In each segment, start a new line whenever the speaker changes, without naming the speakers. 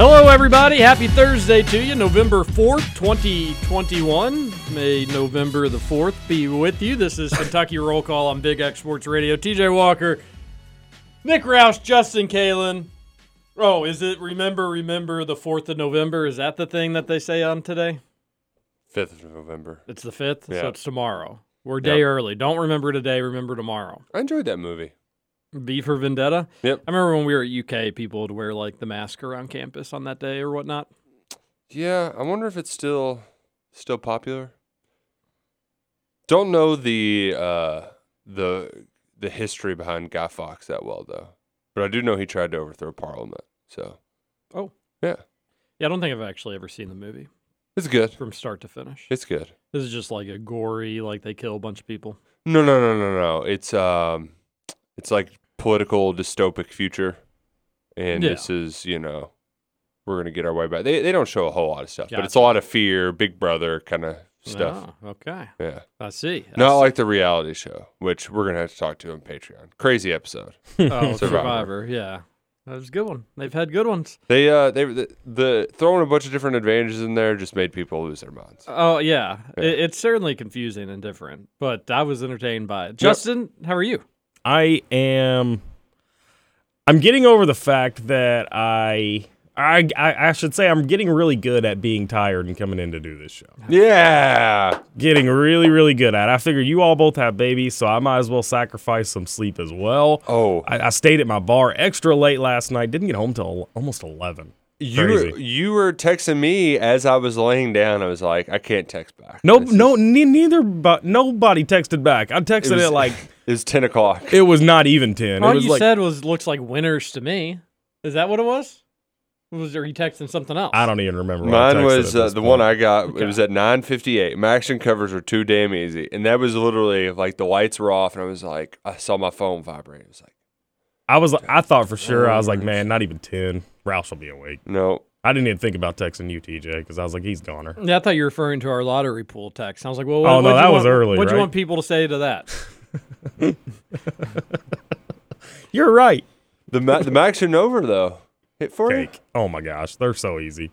Hello, everybody. Happy Thursday to you, November 4th, 2021. May November the 4th be with you. This is Kentucky Roll Call on Big X Sports Radio. TJ Walker, Nick Roush, Justin Kalen. Oh, is it remember, remember the 4th of November? Is that the thing that they say on today?
Fifth of November.
It's the 5th,
Yeah.
so it's tomorrow. We're a day
Yep.
early. Don't remember today, remember tomorrow.
I enjoyed that movie.
B for Vendetta.
Yep.
I remember when we were at UK, people would wear like the mask around campus on that day or whatnot.
Yeah, I wonder if it's still still popular. Don't know the uh the the history behind Guy Fawkes that well though. But I do know he tried to overthrow Parliament. So
Oh.
Yeah.
Yeah, I don't think I've actually ever seen the movie.
It's good.
from start to finish.
It's good.
This is just like a gory, like they kill a bunch of people.
No no no no no. It's um it's like political dystopic future. And
Yeah.
this is, you know, we're gonna get our way back. They they don't show a whole lot of stuff, but it's
Gotcha.
a lot of fear, big brother kind of stuff.
Oh, okay,
Yeah.
I see. I
Not
see.
like the reality show, which we're gonna have to talk to on Patreon. Crazy episode.
oh, Survivor.
Survivor.
Yeah, that was a good one. They've had good ones.
They uh they the, the throwing a bunch of different advantages in there just made people lose their minds.
Oh yeah,
Yeah.
It, it's certainly confusing and different, but I was entertained by it. Justin, how are you?
I am. I'm getting over the fact that I, I, I I should say I'm getting really good at being tired and coming in to do this show.
Yeah,
Getting really, really good at. it. I figured you all both have babies, so I might as well sacrifice some sleep as well.
Oh.
I, I stayed at my bar extra late last night. Didn't get home till al- almost eleven.
you were,
Crazy.
you were texting me as I was laying down. I was like, I can't text back.
No,
This
no,
is-
ne- neither. But nobody texted back. I texted
it
it,
was
like
it was ten o'clock.
it was not even ten. it
All
was
you
like
said was looks like winners to me. Is that what it was? Was are you texting something else?
I don't even remember. what I
Mine
texted
was
at
uh,
this
the
point.
one I got. It was at 9:58. My action covers were too damn easy, and that was literally like the lights were off, and I was like, I saw my phone vibrate. It was like,
I was I thought for sure I was like, man, not even ten. Roush will be awake.
no,
I didn't even think about texting you, TJ, because I was like, he's goner.
Yeah, I thought you were referring to our lottery pool text. I was like, well,
Oh,
what,
no,
what'd you
that was
want-
early,
What'd you
right?
want people to say to that?
You're right.
the ma- the action over though. Hit for you.
Cake. Oh my gosh, they're so easy.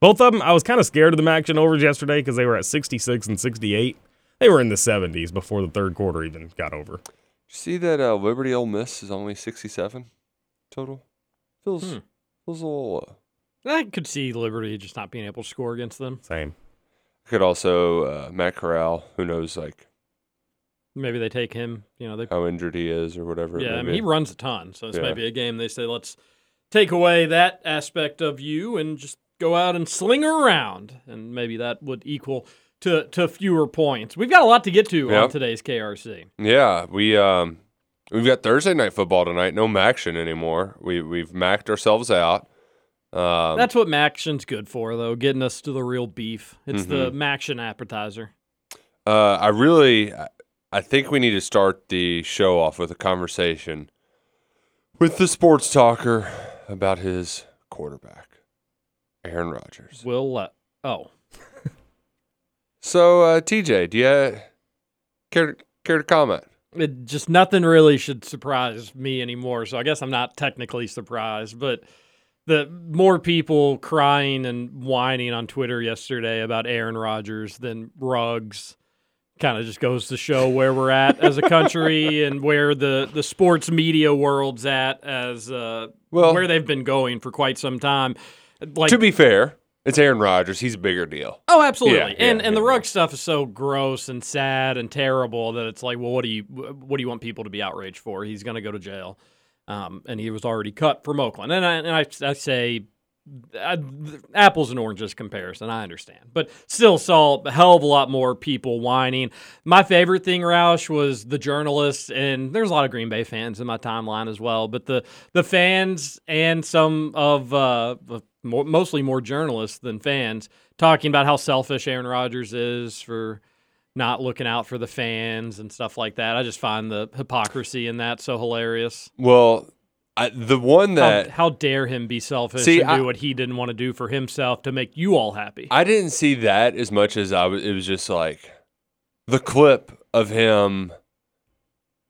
Both of them, I was kind of scared of them action overs yesterday because they were at 66 and 68. They were in the 70s before the third quarter even got over.
See that uh, Liberty Ole Miss is only 67 total. Feels
Hmm.
feels a little. Low.
I could see Liberty just not being able to score against them.
Same.
Could also uh, Matt Corral, who knows like
Maybe they take him. You know, they
how injured he is or whatever. it
yeah.
may
I mean,
be.
he runs a ton, so this
Uh, Yeah.
might be a game they say let's take away that aspect of you and just go out and sling around, and maybe that would equal to to fewer points. We've got a lot to get to on
Yep.
today's KRC.
Yeah, we um we've got Thursday night football tonight. No Maction anymore. We we've macked ourselves out. Um,
That's what Maction's good for, though, getting us to the real beef. It's the
Mm-hmm.
Maction appetizer.
Uh, I really, I- I think we need to start the show off with a conversation with the sports talker about his quarterback, Aaron Rodgers.
Will let. Oh,
So, uh, TJ, do you uh, care care to comment?
it just nothing really should surprise me anymore. So I guess I'm not technically surprised, but the more people crying and whining on Twitter yesterday about Aaron Rodgers than Ruggs kind of just goes to show where we're at as a country and where the, the sports media world's at as uh,
Well-
where they've been going for quite some time. Like
to be fair, it's Aaron Rodgers. He's a bigger deal.
Oh, absolutely.
Yeah,
and
yeah,
and the
yeah,
rug stuff is so gross and sad and terrible that it's like, well, what do you what do you want people to be outraged for? He's going to go to jail, um, and he was already cut from Oakland. And I and I, I say uh, th- apples and oranges comparison. I understand, but still saw a hell of a lot more people whining. My favorite thing, Roush, was the journalists, and there's a lot of Green Bay fans in my timeline as well. But the the fans and some of uh, the more, mostly more journalists than fans talking about how selfish Aaron Rodgers is for not looking out for the fans and stuff like that. I just find the hypocrisy in that so hilarious.
Well, I, the one
How,
that
how dare him be selfish
See,
and do
I-
what he didn't want to do for himself to make you all happy?
I didn't see that as much as I was. It was just like the clip of him.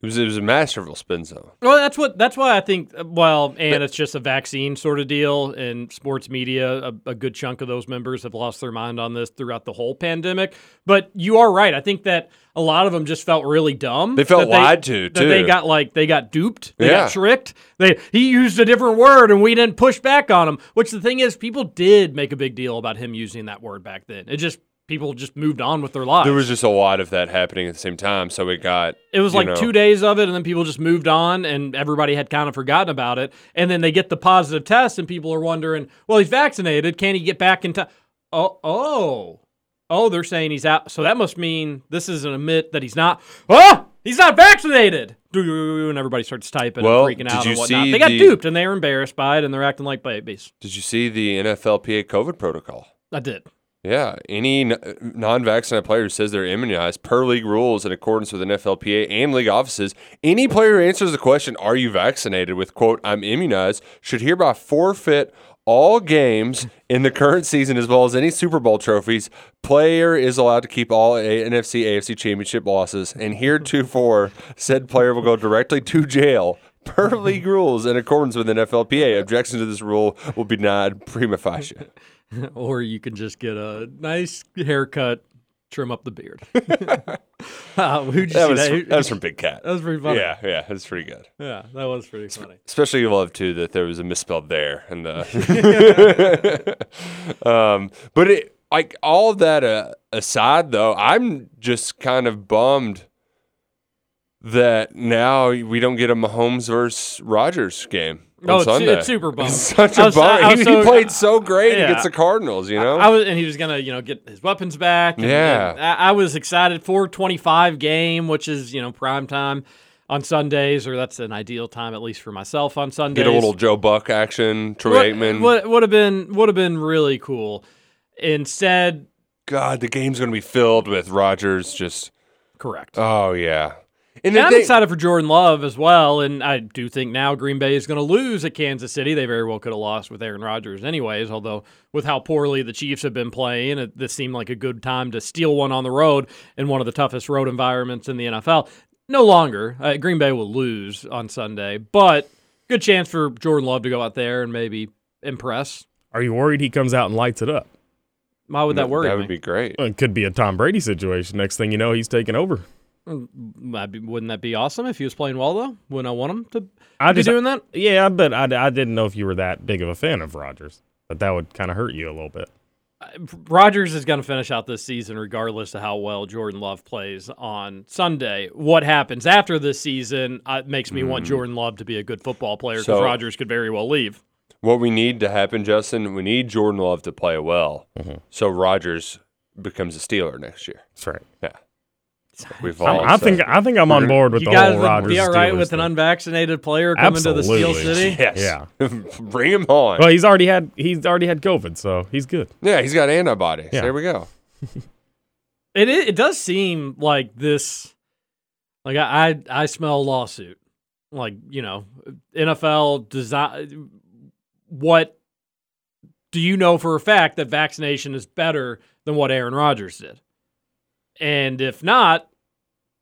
It was it was a masterful spin zone.
well, that's what that's why I think. Well, and it's just a vaccine sort of deal, and sports media, a, a good chunk of those members have lost their mind on this throughout the whole pandemic. But you are right. I think that a lot of them just felt really dumb.
They felt
that
lied to,
That they
too.
got like they got duped. They
Yeah.
got tricked. They he used a different word, and we didn't push back on him. Which the thing is, people did make a big deal about him using that word back then. It just people just moved on with their lives.
There was just a lot of that happening at the same time, so it got
It was
you
like
know,
two days of it, and then people just moved on, and everybody had kind of forgotten about it. And then they get the positive test, and people are wondering, well, he's vaccinated. Can he get back in time? Oh, oh, oh, they're saying he's out. So that must mean this is an admit that he's not. Oh, he's not vaccinated. And everybody starts typing
Well,
and freaking
did
out
you
and whatnot.
see
They got
the-
duped, and they were embarrassed by it, and they're acting like babies.
Did you see the NFLPA COVID protocol?
I did.
Yeah, any n- non-vaccinated player who says they're immunized per league rules in accordance with NFLPA and league offices, any player who answers the question "Are you vaccinated?" with "quote I'm immunized" should hereby forfeit all games in the current season as well as any Super Bowl trophies. Player is allowed to keep all a- NFC AFC championship losses, and heretofore said player will go directly to jail. Per league rules in accordance with NFLPA, objections to this rule will be denied prima facie.
or you can just get a nice haircut, trim up the beard. uh, who'd you
That
see
was,
Who-
that was from Big Cat.
That was pretty funny.
Yeah, yeah, that's pretty good.
Yeah, that was pretty funny.
Especially love too that there was a misspelled there and the. um, but it like all of that uh, aside though, I'm just kind of bummed that now we don't get a Mahomes versus Rogers game. on
No, Oh, it's-
Sunday.
it's super bummed.
Such
I
a
was-
bummer.
I was
he,
so-
played so great
yeah.
against the Cardinals, you know.
I was, and he was gonna, you know, get his weapons back. and-
Yeah.
and I, I was excited. Four twenty-five game, which is you know prime time on Sundays, or that's an ideal time at least for myself on Sundays.
Get a little Joe Buck action, Troy
What-
Aikman.
What would have been would have been really cool. Instead,
God, the game's gonna be filled with Rogers. Just
correct.
oh yeah,
And I'm
they-
excited for Jordan Love as well. And I do think now Green Bay is going to lose at Kansas City. They very well could have lost with Aaron Rodgers, anyways. Although, with how poorly the Chiefs have been playing, it, this seemed like a good time to steal one on the road in one of the toughest road environments in the NFL. No longer. Uh, Green Bay will lose on Sunday, but good chance for Jordan Love to go out there and maybe impress.
Are you worried he comes out and lights it up?
Why would that worry
That would
me?
be great.
Well, it could be a Tom Brady situation. Next thing you know, he's taking over.
That'd be- Wouldn't that be awesome if he was playing well, though? Wouldn't I want him to
I
be doing that?
Yeah, but I, I didn't know if you were that big of a fan of Rogers. But that would kind of hurt you a little bit.
Rodgers is going to finish out this season regardless of how well Jordan Love plays on Sunday. What happens after this season uh, makes me
Mm-hmm.
want Jordan Love to be a good football player because
So-
Rodgers could very well leave.
What we need to happen, Justin, we need Jordan Love to play well,
Mm-hmm.
so Rogers becomes a Steeler next year.
That's right.
Yeah, we've all.
I, I think I think I'm on board with
you
the
guys
whole
would
Rogers.
be all right with an
thing.
unvaccinated player coming to the Steel City?
Absolutely.
yes,
Yeah.
bring him on.
Well, he's already had he's already had COVID, so he's good.
yeah, he's got antibodies.
Yeah.
There we go.
It, it it does seem like this. Like I I, I smell lawsuit. Like you know, NFL design. What do you know for a fact that vaccination is better than what Aaron Rodgers did? And if not,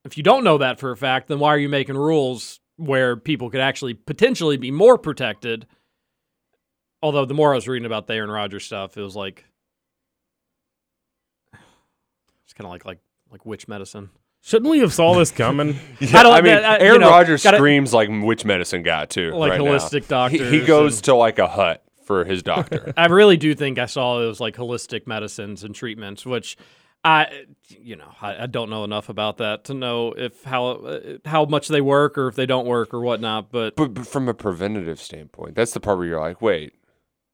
if you don't know that for a fact, then why are you making rules where people could actually potentially be more protected? Although the more I was reading about the Aaron Rodgers stuff, it was like it's kind of like like like witch medicine.
Shouldn't we have saw this coming?
I don't-
I mean,
that- I- you
Aaron
know,
Rodgers
gotta-
screams like witch medicine guy too.
Like
right now.
holistic
He- He,
doctors
goes
and-
to like a hut for his doctor.
I really do think I saw it was like holistic medicines and treatments, which I, you know, I, I don't know enough about that to know if how uh, how much they work or if they don't work or whatnot. But
but, but from a preventative standpoint, that's the part where you're like, wait,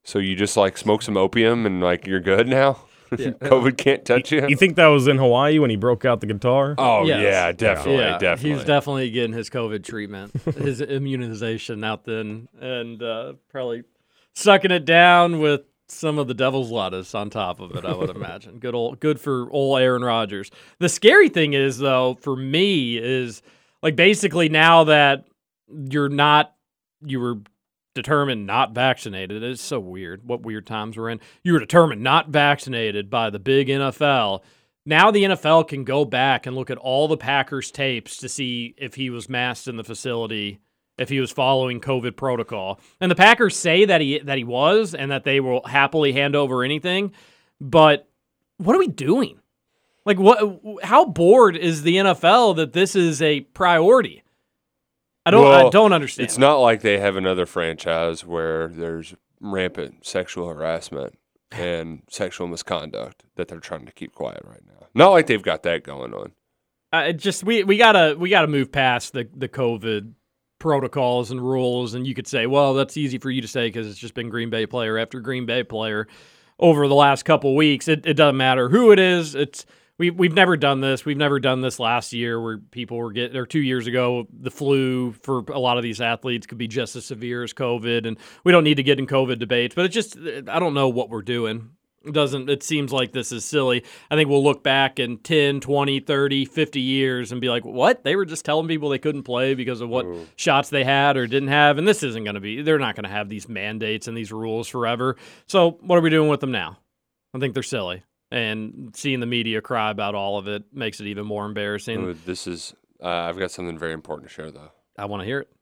So you just like smoke some opium and like you're good now. COVID can't touch you.
You think that was in Hawaii when he broke out the guitar?
oh
Yes.
yeah, definitely,
yeah,
definitely.
he's definitely getting his COVID treatment, his immunization out then, and uh, probably sucking it down with some of the devil's lettuce on top of it. I would imagine. Good old, good for old Aaron Rodgers. The scary thing is, though, for me is like basically now that you're not, you were determined not vaccinated. It's so weird. What weird times we're in. You were determined not vaccinated by the big NFL. Now the NFL can go back and look at all the Packers tapes to see if he was masked in the facility, if he was following COVID protocol. And the Packers say that he that he was and that they will happily hand over anything, but what are we doing? Like what how bored is the NFL that this is a priority? I don't I
Well,
don't understand.
It's not like they have another franchise where there's rampant sexual harassment and sexual misconduct that they're trying to keep quiet right now. Not like they've got that going on.
uh, it just we we gotta we gotta move past the the COVID protocols and rules. And you could say, well, that's easy for you to say because it's just been Green Bay player after Green Bay player over the last couple weeks. It it doesn't matter who it is. It's we we've never done this. We've never done this last year where people were getting or two years ago the flu for a lot of these athletes could be just as severe as COVID. And we don't need to get in COVID debates, but it's just I don't know what we're doing it doesn't it seems like this is silly i think we'll look back in 10 20 30 50 years and be like what they were just telling people they couldn't play because of what shots they had or didn't have and this isn't going to be they're not going to have these mandates and these rules forever so what are we doing with them now i think they're silly and seeing the media cry about all of it makes it even more embarrassing
Ooh, This is uh, I've got something very important to share though.
i want to hear it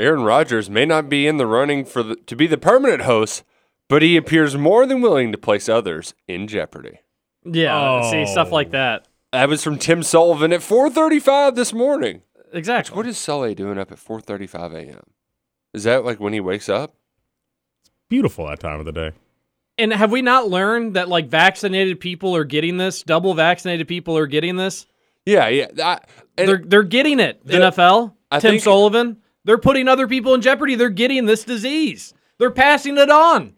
Aaron Rodgers may not be in the running for the, to be the permanent host, but he appears more than willing to place others in jeopardy.
yeah see stuff
Oh.
like that
That was from Tim Sullivan at 4:35 this morning.
exactly
What is Sully doing up at 4:35 a.m.? Is that like when he wakes up?
Beautiful that time of the day.
and have we not learned that like vaccinated people are getting this double vaccinated people are getting this
Yeah, yeah. I, and-
they're they're getting it.
The-
NFL,
I
Tim
think-
Sullivan, they're putting other people in jeopardy. They're getting this disease. They're passing it on.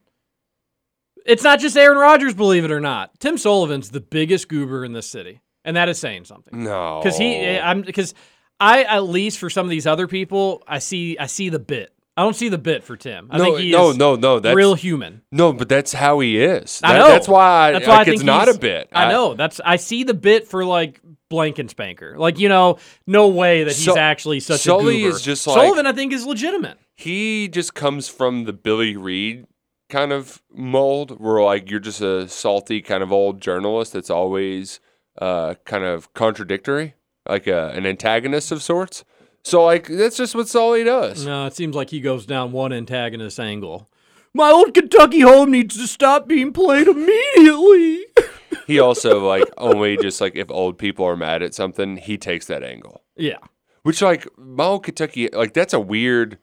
It's not just Aaron Rodgers, believe it or not. Tim Sullivan's the biggest goober in this city, and that is saying something.
no,
Because he, eh, I'm because I at least for some of these other people, I see I see the bit. I don't see the bit for Tim. I
no,
think he
no,
is
no, no. That's
real human.
no, but that's how he is.
I
That-
know.
That's why. I,
That's why
like,
I
it's
think
not
he's-
a bit.
I, know. That's I see the bit for like Blankenspanker. Like you know, no way that he's
Sul-
actually such
Sully
a goober.
is just
Sullivan.
like-
I think is legitimate.
he just comes from the Billy Reed kind of mold where like you're just a salty kind of old journalist that's always uh, kind of contradictory, like a, an antagonist of sorts. So like that's just what Sully does.
No, it seems like he goes down one antagonist angle. My old Kentucky home needs to stop being played immediately.
He also like only just like if old people are mad at something, he takes that angle.
yeah,
Which like my old Kentucky like that's a weird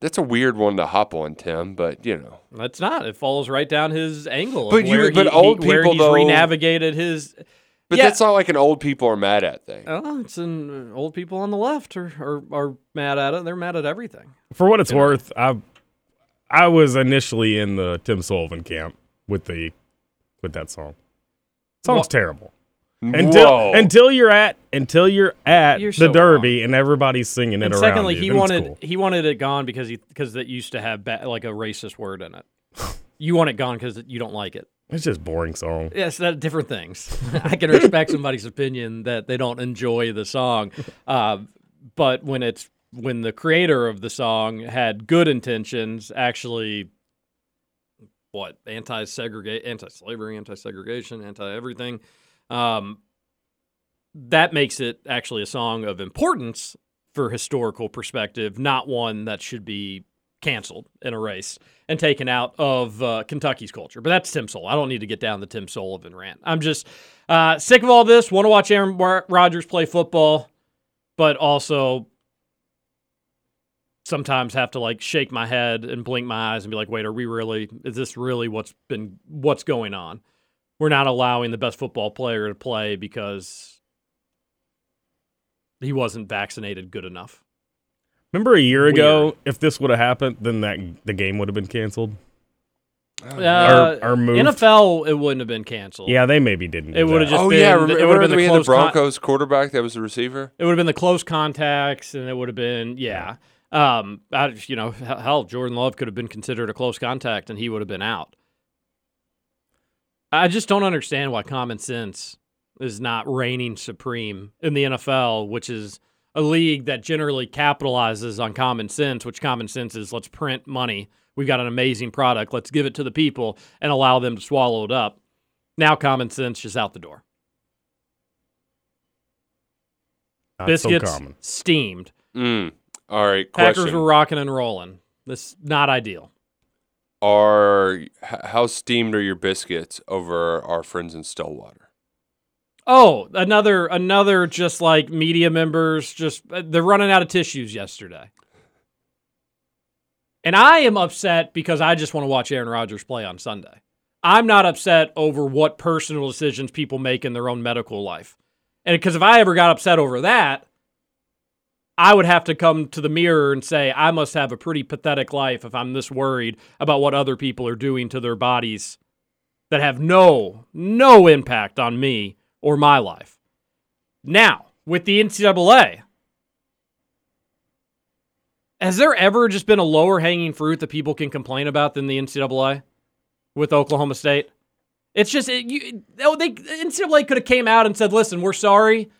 that's a weird one to hop on, Tim, but you know.
that's not. It falls right down his angle. of
But you-
where
but
he-
old
he, where
people,
he's
though-
renavigated his.
But
Yeah.
that's not like an old people are mad at thing.
Oh, it's an old people on the left are, are are mad at it. They're mad at everything.
For what it's worth, I I was initially in the Tim Sullivan camp with the with that song. Song's terrible. Until
Whoa.
until you're at until you're at
You're
the
so
Derby and everybody's singing it
And
around
secondly,
you,
he
then it's
wanted
cool.
he wanted it gone because he because that used to have ba- like a racist word in it. you want it gone because you don't like it.
It's just boring song.
Yes, that different things. I can respect somebody's opinion that they don't enjoy the song, uh, but when it's when the creator of the song had good intentions, actually, what anti-segregate, anti-slavery, anti-segregation, anti-everything, um, that makes it actually a song of importance for historical perspective, not one that should be canceled and erased and taken out of uh, Kentucky's culture. But that's Tim Sullivan. I don't need to get down the Tim Sullivan rant. I'm just uh, sick of all this. Want to watch Aaron Bar- Rodgers play football, but also sometimes have to like shake my head and blink my eyes and be like, wait, are we really? Is this really what's been what's going on? We're not allowing the best football player to play because he wasn't vaccinated good enough.
Remember a year ago,
Weird.
if this would have happened, then that the game would have been canceled.
Uh,
or moved.
NFL, it wouldn't have been canceled.
Yeah, they maybe didn't. do
It would've
that.
just
oh yeah,
been- it would've
remember
been the
we had the
close con-
Broncos quarterback that was the receiver?
It would have been the close contacts, and it would have been yeah. Um, I, you know, he- hell, Jordan Love could have been considered a close contact, and he would have been out. I just don't understand why common sense is not reigning supreme in the NFL, which is a league that generally capitalizes on common sense. Which common sense is let's print money. We've got an amazing product. Let's give it to the people and allow them to swallow it up. Now common sense is out the door.
Not
Biscuits
so common.
steamed.
Mm. All right, question:
Packers were rocking and rolling. This not ideal.
Are h- how steamed are your biscuits over our friends in Stillwater?
Oh, another another just like media members just uh, they're running out of tissues yesterday. And I am upset because I just want to watch Aaron Rodgers play on Sunday. I'm not upset over what personal decisions people make in their own medical life. And because if I ever got upset over that, I would have to come to the mirror and say, I must have a pretty pathetic life if I'm this worried about what other people are doing to their bodies that have no, no impact on me or my life. Now, with the NCAA, has there ever just been a lower hanging fruit that people can complain about than the NCAA with Oklahoma State? It's just it, you, oh, they NCAA could have came out and said, "Listen, we're sorry,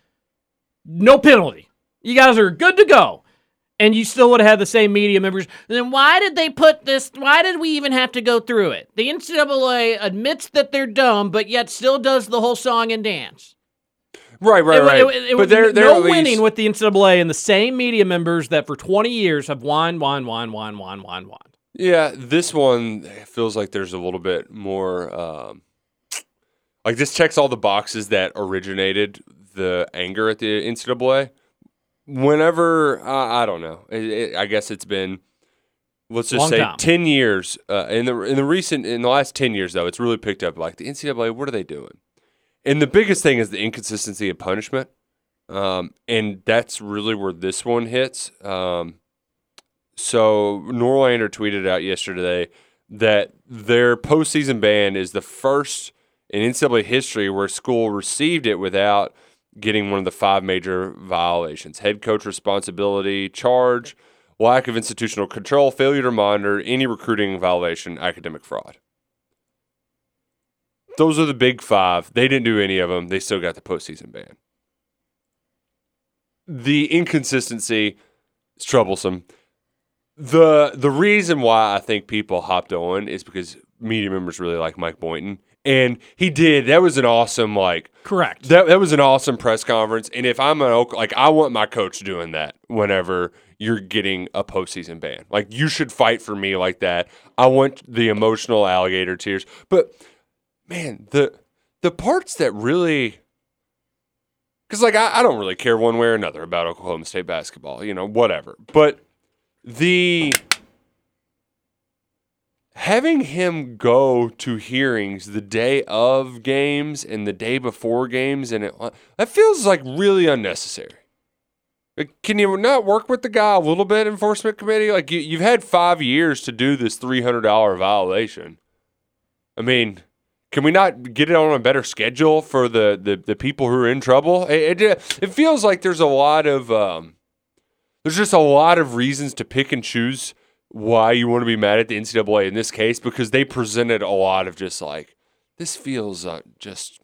no penalty. You guys are good to go." And you still would have had the same media members. Then why did they put this? Why did we even have to go through it? The NCAA admits that they're dumb, but yet still does the whole song and dance.
Right, right,
It-
right.
it- it- it
but
was
they're, they're
no
at least-
winning with the NCAA and the same media members that for 20 years have won, won, won, won, won, won, won.
Yeah, this one feels like there's a little bit more. Um, like this checks all the boxes that originated the anger at the NCAA. Whenever uh, I don't know, it, it, I guess it's been let's just
Long
say
time.
ten years. Uh, in the in the recent in the last ten years though, it's really picked up. Like the NCAA, what are they doing? And the biggest thing is the inconsistency of punishment, um, and that's really where this one hits. Um, so Norlander tweeted out yesterday that their postseason ban is the first in NCAA history where a school received it without getting one of the five major violations: head coach responsibility charge, lack of institutional control, failure to monitor, any recruiting violation, academic fraud. Those are the big five. They didn't do any of them. They still got the postseason ban. The inconsistency is troublesome the the reason why I think people hopped on is because media members really like Mike Boynton, and he did. That was an awesome like
Correct.
that that was an awesome press conference. And if I'm an Oak, like I want my coach doing that whenever you're getting a postseason ban. Like you should fight for me like that. I want the emotional alligator tears. But man, the the parts that really because like I, I don't really care one way or another about Oklahoma State basketball, you know, whatever. But the having him go to hearings the day of games and the day before games and it, that feels like really unnecessary Like, can you not work with the guy a little bit enforcement committee like you, you've had five years to do this $300 violation i mean can we not get it on a better schedule for the, the, the people who are in trouble it, it, it feels like there's a lot of um, there's just a lot of reasons to pick and choose why you want to be mad at the NCAA in this case because they presented a lot of just like this feels uh, just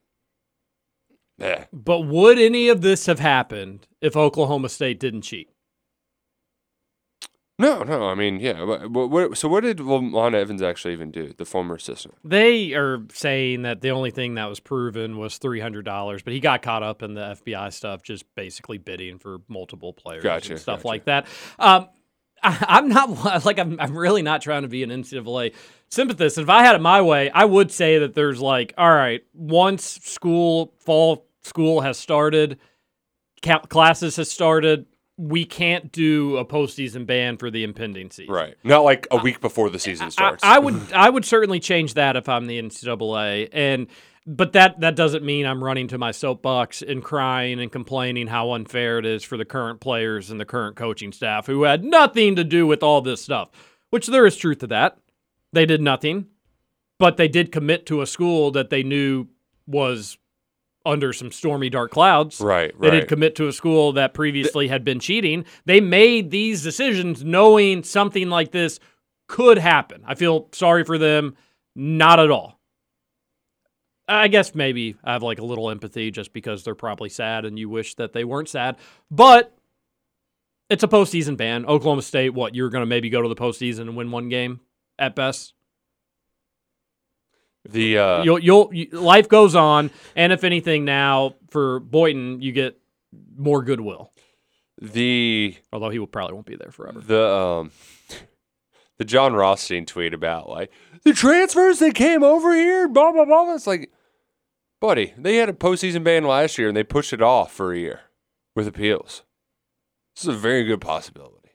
eh.
But would any of this have happened if Oklahoma State didn't cheat?
no no I mean yeah but, but what, so what did Lon Evans actually even do the former assistant
They are saying that the only thing that was proven was three hundred dollars, but he got caught up in the FBI stuff, just basically bidding for multiple players
Gotcha,
and stuff
gotcha.
like that. Um, I, I'm not like I'm, I'm really not trying to be an NCAA sympathist. If I had it my way, I would say that there's like, all right, once school fall school has started, ca- classes has started, we can't do a postseason ban for the impending season.
right not like a week before the season
I,
starts
I would I would certainly change that if I'm the NCAA and but that that doesn't mean I'm running to my soapbox and crying and complaining how unfair it is for the current players and the current coaching staff who had nothing to do with all this stuff. Which there is truth to that. They did nothing. but they did commit to a school that they knew was under some stormy dark clouds.
Right,
They
right.
did commit to a school that previously had been cheating. They made these decisions knowing something like this could happen. I feel sorry for them. Not at all. I guess maybe I have like a little empathy just because they're probably sad and you wish that they weren't sad. But it's a postseason ban. Oklahoma State, what, you're going to maybe go to the postseason and win one game at best?
The uh,
you'll you'll you, life goes on, and if anything, now for Boyton, you get more goodwill.
the
Although he will probably won't be there forever.
the um the John Rothstein tweet about like the transfers that came over here, blah blah blah. It's like, buddy, they had a postseason ban last year and they pushed it off for a year with appeals. This is a very good possibility.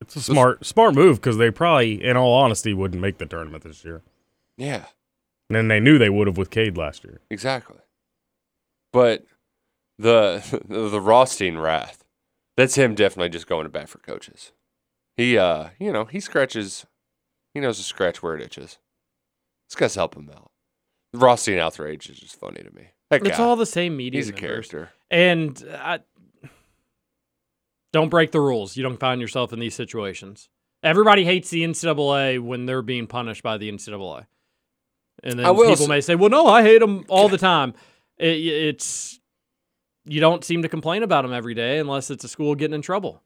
It's a smart smart move because they probably, in all honesty, wouldn't make the tournament this year.
Yeah,
And then they knew they would have with Cade last year.
exactly. But the the Rothstein wrath, that's him definitely just going to bat for coaches. He uh, you know, he scratches, he knows to scratch where it itches. This guy's help him out. The Rothstein outrage is just funny to me. That
It's
guy,
all the same media.
he's a
members.
character.
and I, don't break the rules. You don't find yourself in these situations. Everybody hates the NCAA when they're being punished by the NCAA, and then
I will
people
s-
may say, "Well, no, I hate them all the time." It, it's you don't seem to complain about them every day unless it's a school getting in trouble.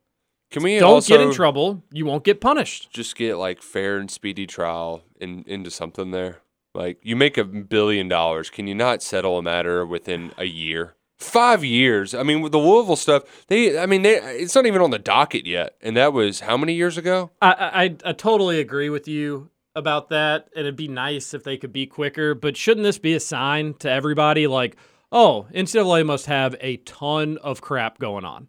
Can we
don't
also
get in trouble, you won't get punished.
just get like fair and speedy trial in, into something there? Like you make a billion dollars, can you not settle a matter within a year? Five years. I mean, with the Louisville stuff, they. I mean, they. It's not even on the docket yet, and that was how many years ago?
I, I I- I totally agree with you about that, and it'd be nice if they could be quicker. But shouldn't this be a sign to everybody, like, oh, NCAA must have a ton of crap going on?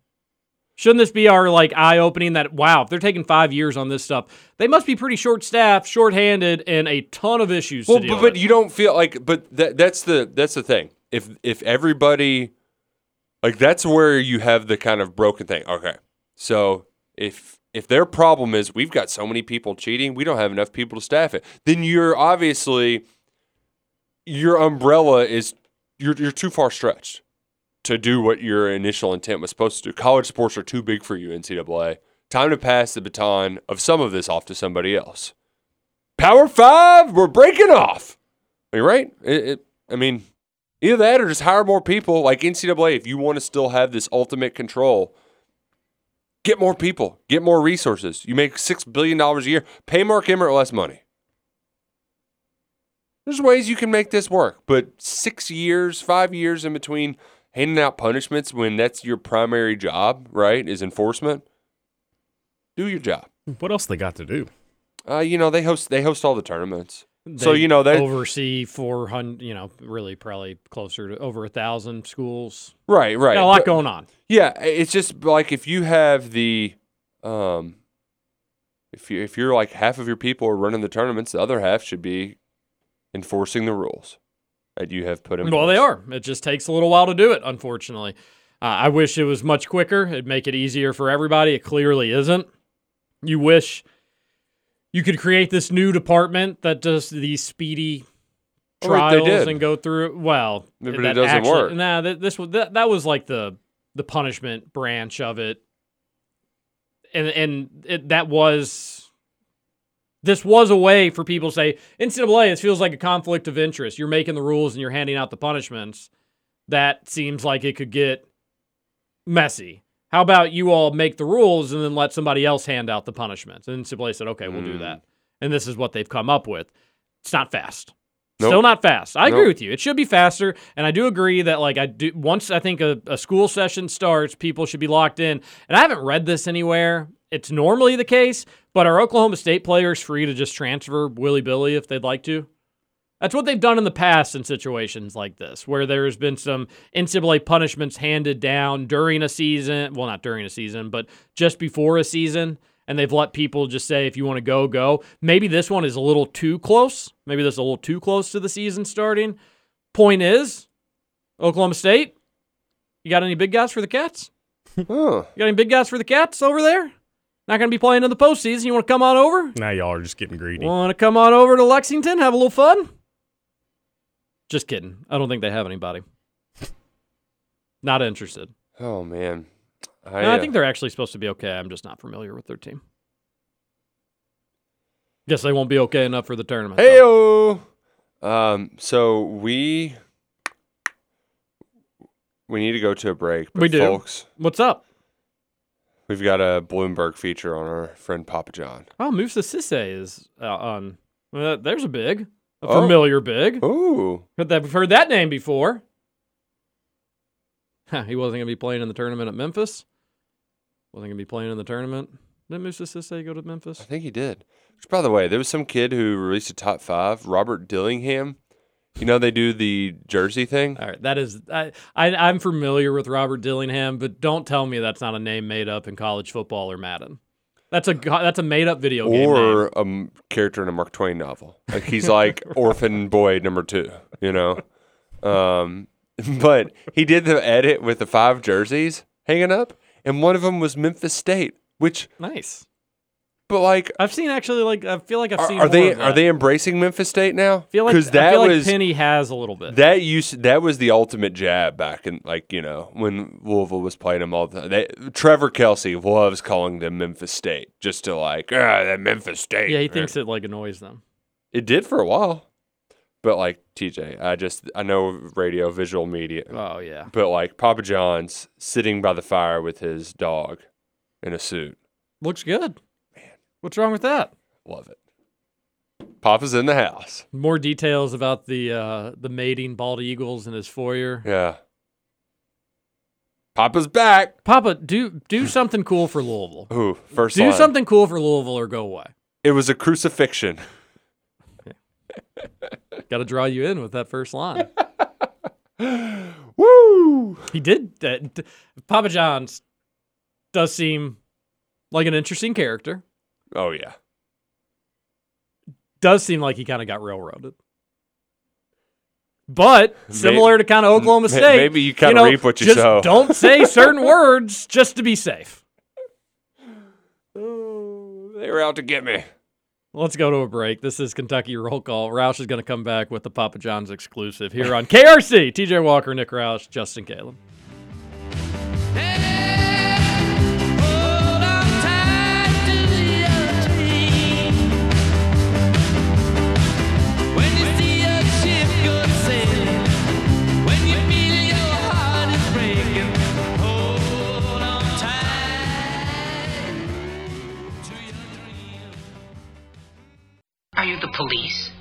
Shouldn't this be our like eye opening that wow, if they're taking five years on this stuff, they must be pretty short staffed, short handed, and a ton of issues.
Well,
to deal
but, but
with.
you don't feel like. But that that's the that's the thing. If if everybody, like that's where you have the kind of broken thing. Okay, so if if their problem is we've got so many people cheating, we don't have enough people to staff it, then you're obviously your umbrella is you're you're too far stretched to do what your initial intent was supposed to do. College sports are too big for you, NCAA. Time to pass the baton of some of this off to somebody else. Power Five, we're breaking off. Are you right? It, it, I mean, either that or just hire more people like NCAA if you want to still have this ultimate control. Get more people, get more resources. You make $6 billion a year, pay Mark Emmert less money. There's ways you can make this work, but six years, five years in between handing out punishments when that's your primary job, right, is enforcement. Do your job.
What else they got to do?
Uh, you know they host they host all the tournaments, so
They
you know they
oversee four hundred, you know, really probably closer to over a thousand schools.
right right
Got a lot
But-
going on.
Yeah, i- it's just like if you have the, um, if you if you're like half of your people are running the tournaments, the other half should be enforcing the rules that you have put in.
Well, they
place.
are. It just takes a little while to do it, unfortunately. Uh, I wish it was much quicker. It'd make it easier for everybody. It clearly isn't. You wish you could create this new department that does these speedy
Well, Oh, they
trials
did.
and go through. Well,
Yeah, but it
that
doesn't
actually-
work.
Nah, th- this was that, that was like the the punishment branch of it, and and it, that was this was a way for people to say NCAA. This feels like a conflict of interest. You're making the rules and you're handing out the punishments. That seems like it could get messy. How about you all make the rules and then let somebody else hand out the punishments? And NCAA said, okay, we'll do
Hmm.
that. And this is what they've come up with. It's not fast.
Nope.
Still not fast. I
Nope.
agree with you. It should be faster, and I do agree that like I do once I think a, a school session starts, people should be locked in. And I haven't read this anywhere. It's normally the case, but are Oklahoma State players free to just transfer willy billy if they'd like to? That's what they've done in the past in situations like this, where there's been some NCAA punishments handed down during a season. Well, not during a season, but just before a season. And they've let people just say, if you want to go, go. Maybe this one is a little too close. Maybe this is a little too close to the season starting. Point is, Oklahoma State, you got any big guys for the Cats?
Huh.
You got any big guys for the Cats over there? Not going to be playing in the postseason. You want to come on over?
Now y'all are just getting greedy.
Want to come on over to Lexington, have a little fun? Just kidding. I don't think they have anybody. Not interested.
Oh man, I,
No, I
uh,
think they're actually supposed to be okay. I'm just not familiar with their team. Guess they won't be okay enough for the tournament. though.
Heyo. Um, so we we need to go to a break. But
We do.
folks.
What's up?
We've got a Bloomberg feature on our friend Papa John.
Oh, Musa Sisse is uh, on. Well, there's a big, a
Oh.
familiar big.
Ooh,
Heard that- I've heard that name before. Huh, he wasn't going to be playing in the tournament at Memphis. Wasn't going to be playing in the tournament. Did Musa Sisse go to
I
Memphis?
think he did. Which, by the way, there was some kid who released a top five, Robert Dillingham. You know they do the jersey thing.
All right, that is I, I I'm familiar with Robert Dillingham, but don't tell me that's not a name made up in college football or Madden. That's a go- that's a made up video game. name.
or a m- character in a Mark Twain novel. Like he's like orphan boy number two, you know. Um, but he did the edit with the five jerseys hanging up, and one of them was Memphis State. Which,
Nice.
but like,
I've seen actually like I feel like I've
are,
seen.
are
more
they
of
are
that.
they embracing Memphis State now?
I feel like
Because
I
that
feel like
was
Penny has a little bit.
that used that was the ultimate jab back in like you know when Louisville was playing them all the time. That, Trevor Kelsey loves calling them Memphis State just to like ah that Memphis State.
yeah, he thinks it like annoys them.
It did for a while. But like TJ, I just I know radio, visual media,
Oh yeah.
but like Papa John's sitting by the fire with his dog in a suit.
Looks good. Man. What's wrong with that?
Love it. Papa's in the house.
More details about the uh, the mating bald eagles in his foyer.
Yeah. Papa's back.
Papa, do do something cool for Louisville.
Ooh, first
Do
line.
something cool for Louisville or go away.
It was a crucifixion.
Got to draw you in with that first line.
Woo!
he did. that. D- Papa John's does seem like an interesting character.
Oh yeah.
Does seem like he kind of got railroaded. But similar to kind of Oklahoma
may-
State,
maybe you kinda
know,
reap what you
just
sow.
Don't say certain words just to be safe.
Oh, they were out to get me.
Let's go to a break. This is Kentucky Roll Call. Roush is going to come back with the Papa John's exclusive here on KRC. TJ Walker, Nick Roush, Justin Caleb.
Are you the police?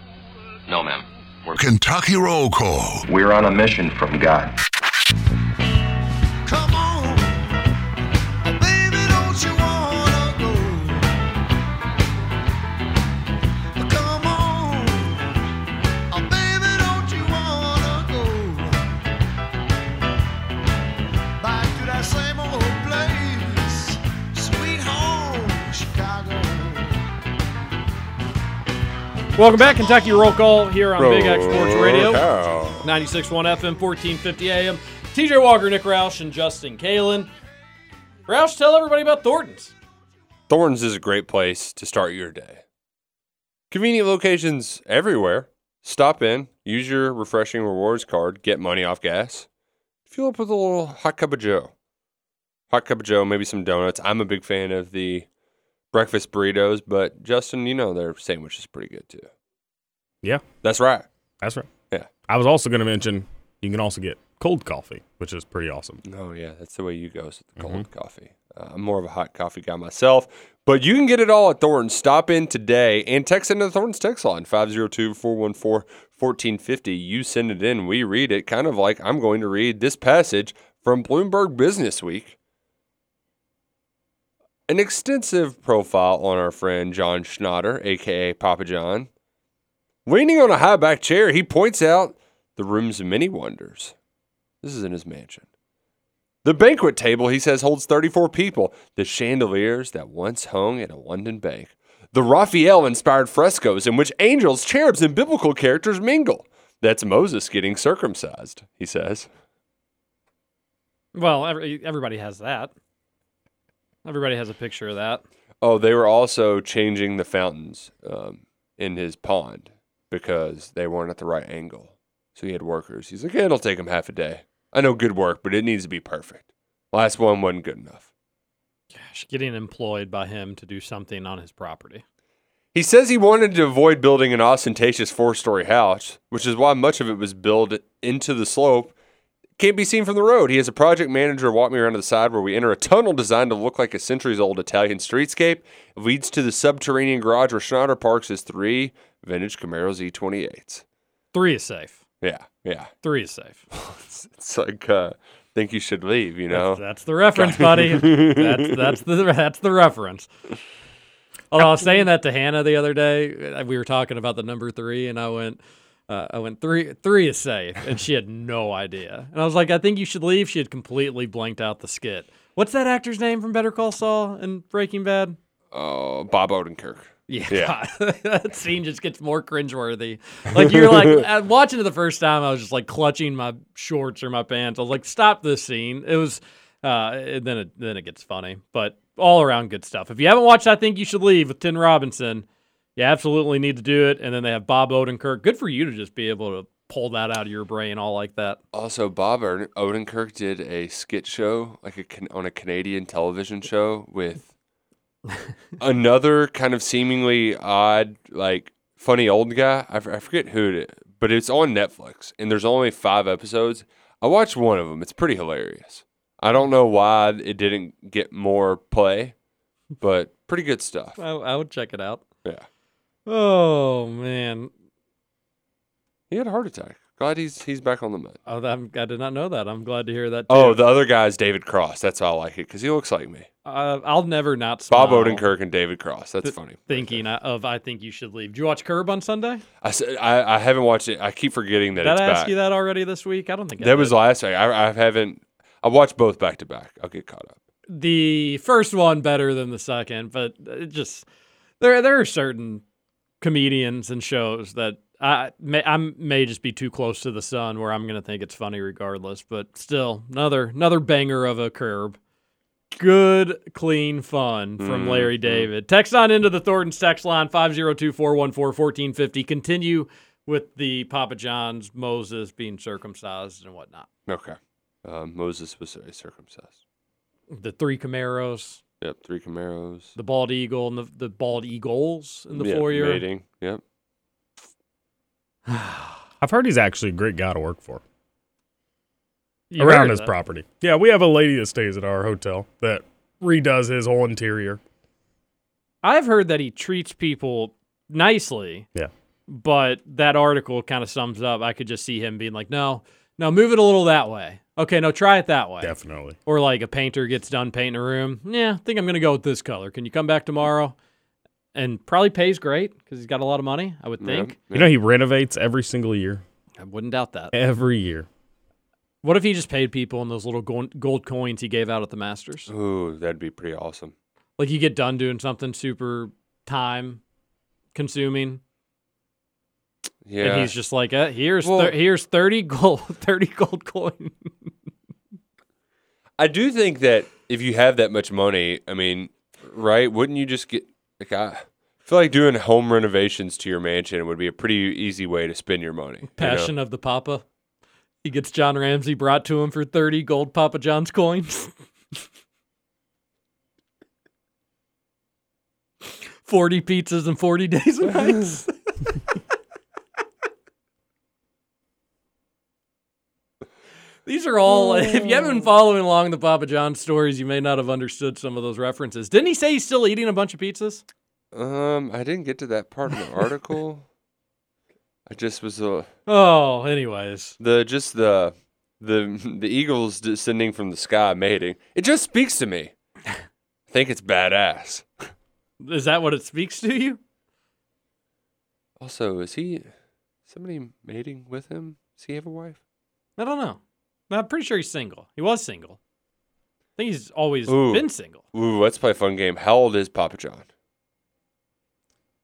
No, ma'am. We're,
Kentucky Roll Call.
we're on a mission from God.
Come on, baby, don't you wanna go? Come on, baby, don't you wanna go back to that same old place, sweet home, Chicago?
Welcome back, Kentucky Roll Call here on Big X Sports Radio,
Wow.
96.1 FM, 1450 AM. TJ Walker, Nick Roush, and Justin Kalen. Roush, tell everybody about Thornton's.
Thorns is a great place to start your day. Convenient locations everywhere. Stop in, use your refreshing rewards card, get money off gas. Fuel up with a little hot cup of Joe. Hot cup of Joe, maybe some donuts. I'm a big fan of the breakfast burritos, but Justin, you know their sandwich is pretty good too.
Yeah,
That's right.
that's right.
Yeah.
I was also going to mention you can also get cold coffee, which is pretty awesome.
Oh yeah, that's the way you go is with the cold coffee. Uh, I'm more of a hot coffee guy myself, but you can get it all at Thornton. Stop in today and text into the Thornton's text line 502-414-1450. You send it in, we read it, kind of like I'm going to read this passage from Bloomberg Business Week. An extensive profile on our friend John Schnatter, aka Papa John. Leaning on a high back chair, he points out the room's many wonders. This is in his mansion. The banquet table, he says, holds 34 people. The chandeliers that once hung at a London bank. The Raphael inspired frescoes in which angels, cherubs, and biblical characters mingle. That's Moses getting circumcised, he says.
Well, every, everybody has that. Everybody has a picture of that.
Oh, they were also changing the fountains um, in his pond because they weren't at the right angle. So he had workers. He's like, "Yeah, it'll take him half a day. I know good work, but it needs to be perfect. Last one wasn't good enough.
Gosh, getting employed by him to do something on his property.
He says he wanted to avoid building an ostentatious four story house, which is why much of it was built into the slope. Can't be seen from the road. He has a project manager walk me around to the side where we enter a tunnel designed to look like a centuries old Italian streetscape. It leads to the subterranean garage where Schneider parks his three vintage Camaros E28s.
Three is safe.
Yeah, yeah.
Three is safe.
It's, it's like, uh, think you should leave, you know?
That's the reference, buddy. that's that's the that's the reference. Although I was saying that to Hannah the other day, uh, we were talking about the number three, and I went, uh, I went three three is safe, and she had no idea. And I was like, I think you should leave. She had completely blanked out the skit. What's that actor's name from Better Call Saul and Breaking Bad?
Oh, Bob Odenkirk.
Yeah,
Yeah.
God, that scene just gets more cringeworthy. Like you're like uh, watching it the first time, I was just like clutching my shorts or my pants. I was like, "Stop this scene!" It was, uh, and then it then it gets funny, but all around good stuff. If you haven't watched, I think you should leave with Tim Robinson. You absolutely need to do it. And then they have Bob Odenkirk. Good for you to just be able to pull that out of your brain all like that.
Also, Bob Oden- Odenkirk did a skit show, like a can- on a Canadian television show, with another kind of seemingly odd, like funny old guy. I, f- I forget who it is, but it's on Netflix, and there's only five episodes. I watched one of them. It's pretty hilarious. I don't know why it didn't get more play, but pretty good stuff.
I, I would check it out.
Yeah,
Oh man,
he had a heart attack. Glad he's he's back on the mend.
oh, I'm, I did not know that. I'm glad to hear that. Too.
Oh, the other guy's David Cross. That's how I like it because he looks like me.
uh, I'll never not smile.
Bob Odenkirk and David Cross. That's funny.
thinking I- of I think you should leave. Did you watch Curb on Sunday?
I, s- I- I haven't watched it. I keep forgetting that
Did I
it's
ask
back.
you that already this week? I don't think I
That
did.
was last week. I, I haven't. I watched both back to back. I'll get caught up.
the first one better than the second, but it just there there are certain comedians and shows that I may I may just be too close to the sun where I'm gonna think it's funny regardless. But still, another another banger of a curb. Good, clean fun from Larry David. Text on into the Thornton's text line 502 414 1450. Continue with the Papa John's, Moses being circumcised and whatnot.
Okay. Um, Moses was circumcised.
The three Camaros,
Yep. Three Camaros.
the bald eagle and the, the bald eagles in the
yeah,
foyer.
Mating. Yep.
I've heard he's actually a great guy to work for
You
around
heard
his
that.
property. Yeah, we have a lady that stays at our hotel that redoes his whole interior.
I've heard that he treats people nicely,
Yeah.
but that article kind of sums up. I could just see him being like, no, no, move it a little that way. Okay, no, try it that way.
Definitely.
Or like a painter gets done painting a room. Yeah, I think I'm going to go with this color. Can you come back tomorrow? And probably pays great because he's got a lot of money, I would think.
You know, he renovates every single year.
I wouldn't doubt that.
Every year.
What if he just paid people in those little gold, gold coins he gave out at the Masters?
Ooh, that'd be pretty awesome.
like you get done doing something super time consuming
Yeah.
and he's just like uh, here's
Well-
thir- here's 30 gold 30 gold coin
I do think that if you have that much money, I mean, right? Wouldn't you just get like I feel like doing home renovations to your mansion would be a pretty easy way to spend your money. you know?
passion of the papa he gets john ramsey brought to him for 30 gold papa john's coins 40 pizzas in 40 days and nights These are all. If you haven't been following along the Papa John's stories, you may not have understood some of those references. Didn't he say he's still eating a bunch of pizzas?
Um, I didn't get to that part of the article. I just was uh,
Oh, anyways,
the just the the the eagles descending from the sky mating. It just speaks to me. I think it's badass.
is that what it speaks to you?
Also, is he somebody mating with him? Does he have a wife?
I don't know. I'm pretty sure he's single. He was single. I think he's always
Ooh.
been single.
Ooh, let's play a fun game. How old is Papa John?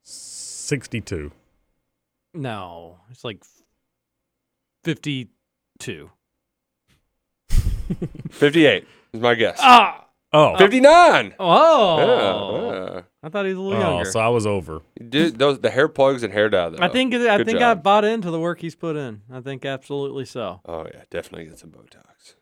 62.
No, it's like 52.
58 is my guess.
Ah,
Oh.
59.
Oh,
Yeah, yeah.
I thought he was a little
Oh,
younger.
so I was over.
Dude, those the hair plugs and hair dye. Though.
I think I
Good
think I
job.
bought into the work he's put in. I think absolutely so.
Oh yeah, definitely get some Botox.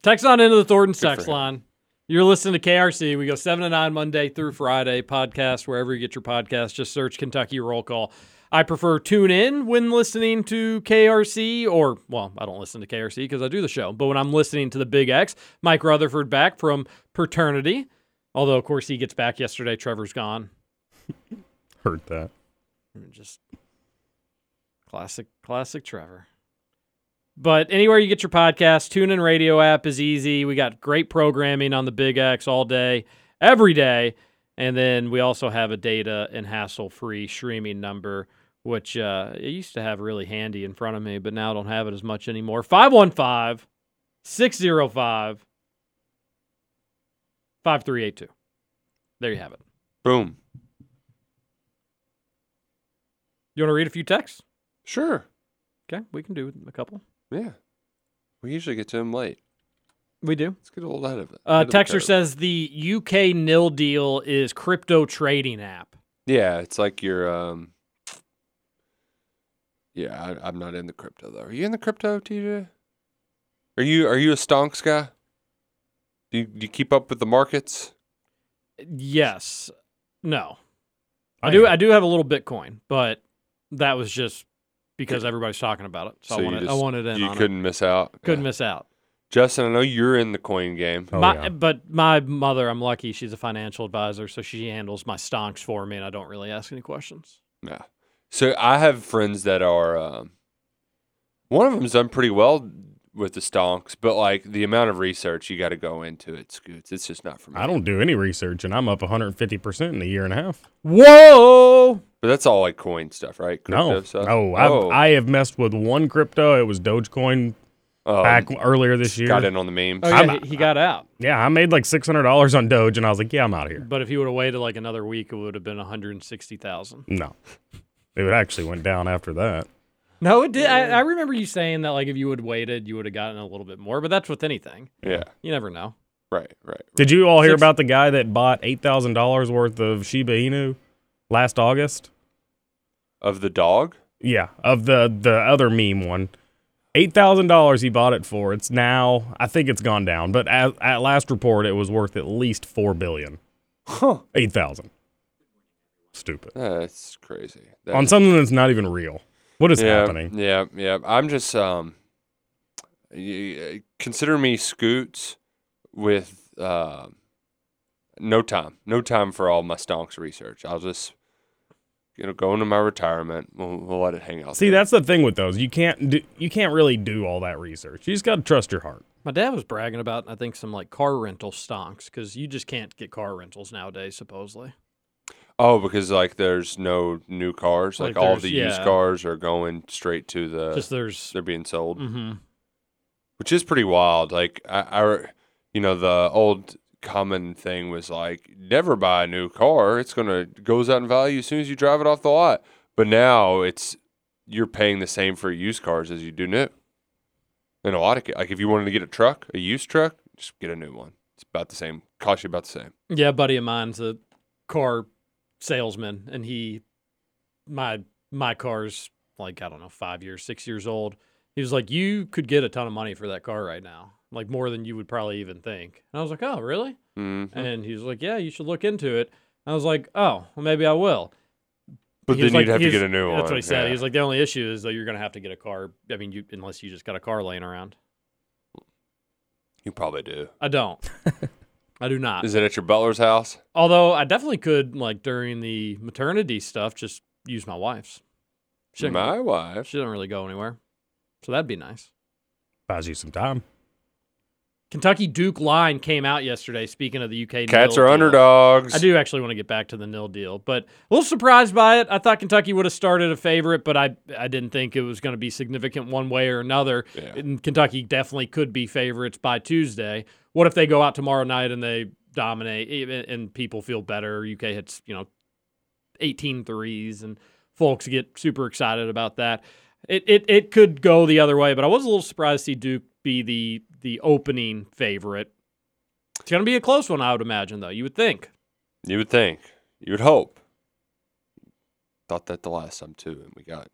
Text on into the Thornton sex
him.
line. You're listening to KRC. We go 7 to 9 Monday through Friday. Podcast, wherever you get your podcast, just search Kentucky Roll Call. I prefer tune in when listening to KRC, or, well, I don't listen to KRC because I do the show. But when I'm listening to the Big X, Mike Rutherford back from Paternity. Although, of course, he gets back yesterday. Trevor's gone.
Heard that.
Just classic, classic Trevor. But anywhere you get your podcast, tune in radio app is easy. We got great programming on the Big X all day, every day. And then we also have a data and hassle free streaming number, which uh, I used to have really handy in front of me, but now I don't have it as much anymore. 515 605 5382. There you have it.
Boom.
You want to read a few texts?
Sure.
Okay, we can do a couple.
Yeah. We usually get to them late.
We do.
Let's get a little out of it.
Uh,
out of the
Texter
curve.
says the UK nil deal is crypto trading app.
Yeah, it's like your um. Yeah, I, I'm not in the crypto though. Are you in the crypto, TJ? Are you Are you a stonks guy? Do you, do you keep up with the markets?
Yes. No. I
I
do.
am.
I do have a little Bitcoin, but that was just because everybody's talking about it. So, I
you
wanted. I
just-
wanted in.
You
on it.
couldn't miss out.
Couldn't
Yeah.
miss out.
Justin, I know you're in the coin game.
Oh,
my,
yeah.
But my mother, I'm lucky. She's a financial advisor, so she handles my stonks for me, and I don't really ask any questions.
Yeah. So I have friends that are. Um, one of them's done pretty well with the stonks, but like the amount of research you got to go into it, Scoots. It's just not for me.
I don't do any research, and I'm up 150% in a year and a half.
Whoa!
But that's all like coin stuff, right?
No,
Crypto stuff?
no, I've,
Oh.
I have messed with one crypto. It was Dogecoin
Oh,
back earlier this year.
got in on the memes.
Oh, yeah,
I'm-
he, he got out.
Yeah, I made like six hundred dollars on Doge, and I was like, "Yeah, I'm out of here."
But if he would have waited like another week, it would have been 160,000.
No, it actually went down after that.
No, it did. I, I remember you saying that, like, if you had waited, you would have gotten a little bit more, but that's with anything.
Yeah,
You never know.
right, right.
Did you all hear
Six-
about the guy that bought eight thousand dollars worth of Shiba Inu last August?
Of the dog?
Yeah, of the the other meme one. Eight thousand dollars he bought it for. It's now I think it's gone down, but at, at last report it was worth at least four billion.
Huh.
Eight thousand. Stupid.
That's crazy. That
On
is-
something that's not even real. What is
yeah,
happening?
Yeah, yeah. I'm just um y- consider me Scoots with uh, no time. No time for all my stonks research. I'll just you know go into my retirement. We'll, we'll let it hang out.
See,
there.
that's the thing with those. You can't do, you can't really do all that research. You just got to trust your heart.
My dad was bragging about, I think, some like car rental stonks because you just can't get car rentals nowadays, supposedly.
Oh, because like there's no new cars. Like,
Like,
all
there's-
the used
yeah.
cars are going straight to the
just there's.
Uh, they're being sold.
Mm-hmm.
which is pretty wild. Like I, I re- you know, the old common thing was like, never buy a new car. It's gonna goes out in value as soon as you drive it off the lot. But now it's you're paying the same for used cars as you do new. In a lot of ca- like, if you wanted to get a truck, a used truck, just get a new one. It's about the same. Cost you about the same.
Yeah, a buddy of mine's a car salesman, and he, my my car's like I don't know, five years, six years old. He was like, you could get a ton of money for that car right now, like more than you would probably even think. And I was like, oh, really?
Mm.
And he was like, yeah, you should look into it. And I was like, oh, well, maybe I will.
But
He was
then you'd
like-
have to
he's-
get a new one.
That's what he said.
Yeah.
He was like, the only issue is that you're gonna have to get a car. I mean, you unless you just got a car laying around.
you probably do.
I don't. I do not.
Is it at your butler's house?
Although I definitely could, like during the maternity stuff, just use my wife's. She doesn't,
My wife.
she doesn't really go anywhere, so that'd be nice.
Buys you some time.
Kentucky Duke line came out yesterday. Speaking of the UK,
Cats
nil deal.
are underdogs.
I do actually want to get back to the nil deal, but a little surprised by it. I thought Kentucky would have started a favorite, but I I didn't think it was going to be significant one way or another.
Yeah.
And Kentucky definitely could be favorites by Tuesday. What if they go out tomorrow night and they dominate e- and, and people feel better? UK hits you know 18 threes and folks get super excited about that. It, it it could go the other way, but I was a little surprised to see Duke be the the opening favorite. It's going to be a close one, I would imagine, though. You would think.
You would think. You would hope. Thought that the last time too, and we got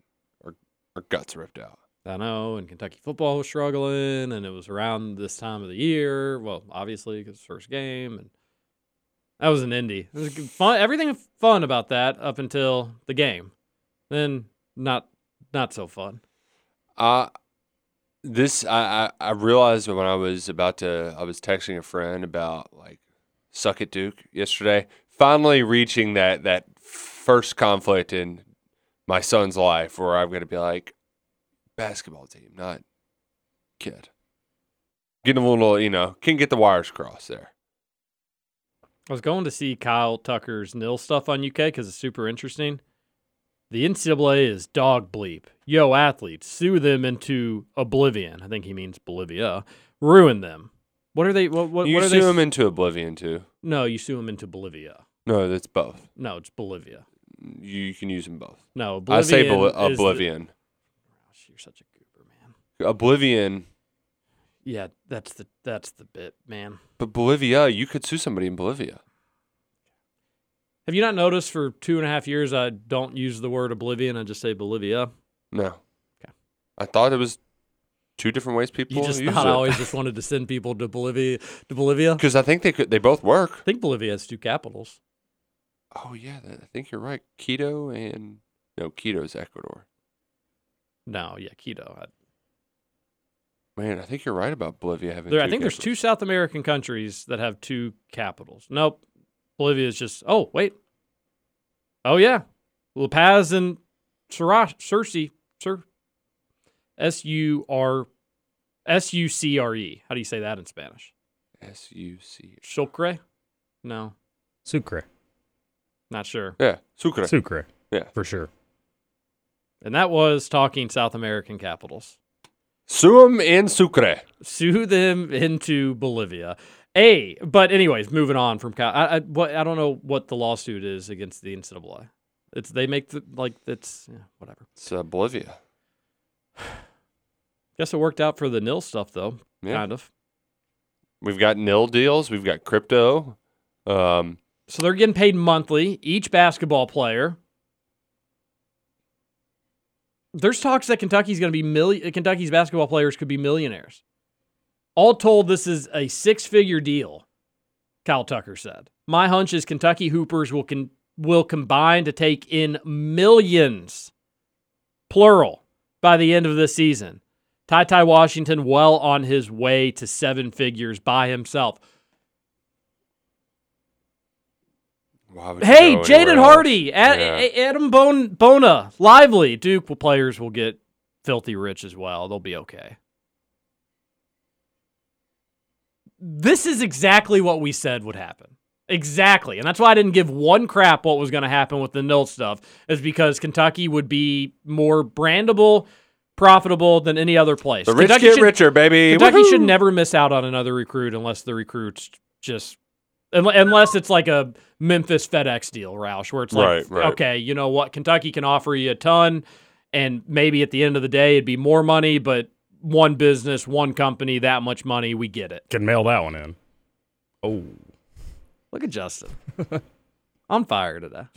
our our guts ripped out.
I know, and Kentucky football was struggling, and it was around this time of the year. Well, obviously, because first game, and that was an indie. It was good- fun. Everything fun about that up until the game, then not not so fun.
Uh this I, I I realized when I was about to I was texting a friend about like suck it Duke yesterday. Finally reaching that that first conflict in my son's life where I'm gonna be like basketball team, not kid. Getting a little, you know, can get the wires crossed there.
I was going to see Kyle Tucker's nil stuff on UK because it's super interesting. The NCAA is dog bleep. Yo, athletes, sue them into oblivion. I think he means Bolivia. Ruin them. What are they? What, what,
you
what are
sue
they?
him into oblivion too.
no, you sue them into Bolivia.
No, that's both.
No, it's Bolivia.
You can use them both.
No,
I
Oblivion.
say uh, bol-
is the-
oblivion.
Gosh, you're such a goober, man.
Oblivion,
Yeah, that's the that's the bit, man.
but Bolivia, you could sue somebody in Bolivia.
Have you not noticed for two and a half years I don't use the word oblivion, I just say Bolivia.
No. I thought it was two different ways people
You just
use
thought I
it.
always just wanted to send people to Bolivia to Bolivia. I
Because I think they could. They both work.
think Bolivia has two capitals.
Oh yeah, that, I think you're right. Quito and no, Quito's Ecuador.
No, yeah, Quito. I,
Man, I think you're right about Bolivia having.
there,
two
I think there's
capitals.
two South American countries that have two capitals. Nope. Bolivia is just, oh, wait. Oh, yeah. La Paz and Surac- Sursi. Sur- S U R S U C R E. How do you say that in Spanish?
S U C.
Sucre? No,
Sucre.
not sure.
Yeah, Sucre.
Sucre.
Yeah.
For sure.
And that was talking South American capitals.
Sue 'em in Sucre.
sue them into Bolivia. A, but anyways, moving on from Kyle. I, I, what, I don't know what the lawsuit is against the NCAA. It's they make the like it's yeah, whatever.
It's uh, Bolivia.
Guess it worked out for the nil stuff though,
Yeah.
kind of.
We've got nil deals. We've got crypto. Um,
So they're getting paid monthly each basketball player. There's talks that Kentucky's going to be million. Kentucky's basketball players could be millionaires. All told, this is a six-figure deal. Kyle Tucker said. My hunch is Kentucky Hoopers will con- will combine to take in millions, plural, by the end of this season. Ty Ty Washington well on his way to seven figures by himself.
why would you
Hey,
go
Jaden
anywhere else?
Hardy, Ad-
Yeah.
A- Adam bon- Bona, Lively, Duke will- players will get filthy rich as well. They'll be okay. This is exactly what we said would happen. Exactly. And that's why I didn't give one crap what was going to happen with the nil stuff, is because Kentucky would be more brandable, profitable than any other place.
The rich
Kentucky
get
should-
richer, baby.
Kentucky should
Woohoo!
never miss out on another recruit unless the recruit's just unle- unless it's like a Memphis FedEx deal, Roush, where it's like,
Right, right.
okay, you know what, Kentucky can offer you a ton, and maybe at the end of the day it'd be more money, but one business, one company, that much money, we get it.
Can mail that one in. Oh.
Look at Justin. on fire today.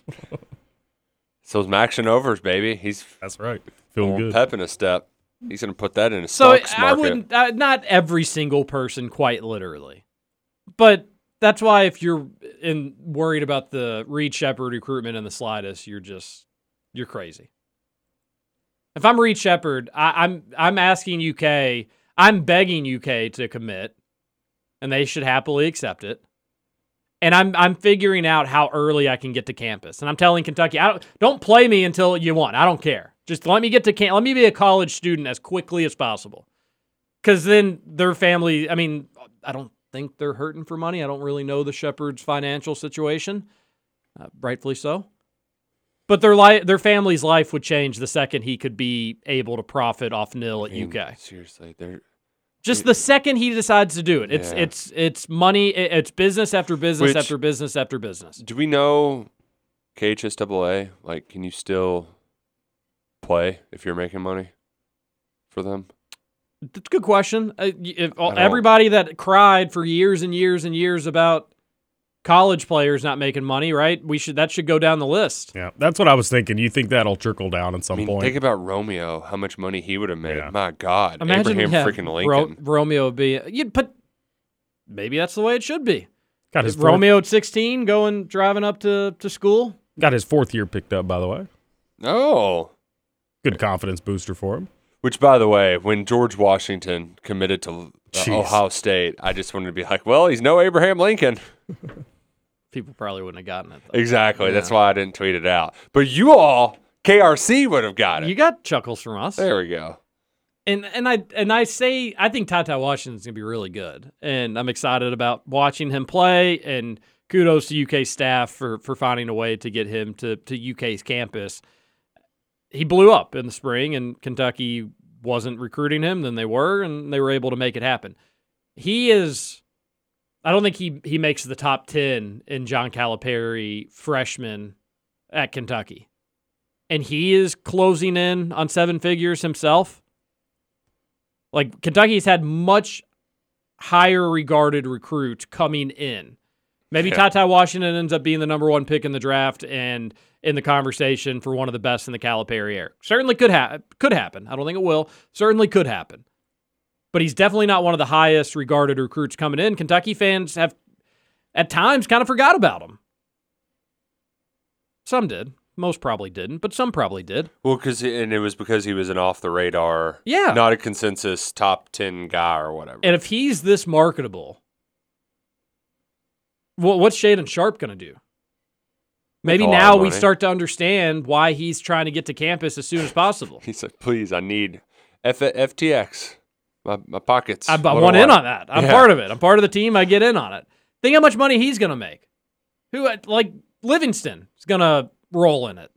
It's those Max and overs, baby. He's
That's right. Feeling good.
pep in a step. He's gonna put that in a
So
stocks
I
market.
wouldn't, uh, not every single person, quite literally, but that's why if you're in worried about the Reed Shepard recruitment in the slightest, you're just you're crazy. If I'm Reed Shepard, I, I'm I'm asking UK, I'm begging UK to commit, and they should happily accept it. And I'm I'm figuring out how early I can get to campus, and I'm telling Kentucky, I don't don't play me until you want. I don't care. Just let me get to camp. Let me be a college student as quickly as possible, because then their family. I mean, I don't think they're hurting for money. I don't really know the Shepherd's financial situation, uh, rightfully so. But their li- their family's life would change the second he could be able to profit off nil at
I mean,
UK
Seriously, they're
just the second he decides to do it. It's
Yeah.
it's it's money. i- It's business after business
Which-
after business after business.
Do we know KHSAA? Like, can you still play if you're making money for them?
That's a good question. Uh, y- if all-
don't-
everybody that cried for years and years and years about college players not making money, right? We should that should go down the list.
Yeah, that's what I was thinking. You think that'll trickle down at
I
some
mean,
point?
think about Romeo, how much money he would have made.
Yeah.
My God,
Imagine
Abraham
yeah,
freaking
Ro-
Lincoln.
Romeo would be. You'd put. Maybe that's the way it should be.
got his
Is
fourth,
Romeo at sixteen going driving up to to school?
got his fourth year picked up, by the way.
No.
Good confidence booster for him.
Which, by the way, when George Washington committed to uh,
Jeez.
Ohio State, I just wanted to be like, well, he's no Abraham Lincoln.
People probably wouldn't have gotten it. Though.
Exactly. That's why I didn't tweet it out. But you all, KRC would have got it.
You got chuckles from us.
there we go.
and and I and I say I think Tata Washington's gonna be really good, and I'm excited about watching him play. And kudos to UK staff for for finding a way to get him to to UK's campus. He blew up in the spring, and Kentucky wasn't recruiting him. Then they were, and they were able to make it happen. He is. I don't think he he makes the top ten in John Calipari freshmen at Kentucky, and he is closing in on seven figures himself. Like Kentucky's had much higher regarded recruits coming in. Maybe
Yeah.
Tata Washington ends up being the number one pick in the draft and in the conversation for one of the best in the Calipari era. Certainly could happen. Could happen. I don't think it will. Certainly could happen. But he's definitely not one of the highest regarded recruits coming in. Kentucky fans have at times kind of forgot about him. Some did. Most probably didn't, but some probably did.
Well, because and it was because he was an off the radar,
Yeah.
not a consensus top ten guy or whatever.
And if he's this marketable, wha- what's Shaden Sharp going to do? Maybe
a lot of
now we
money.
start to understand why he's trying to get to campus as soon as possible.
He's like, please, I need F- FTX, my, my pockets.
I,
oh
I
What do
want in
I-
on that. I'm
Yeah.
part of it. I'm part of the team. I get in on it. Think how much money he's going to make. Who uh, like Livingston is going to roll in it.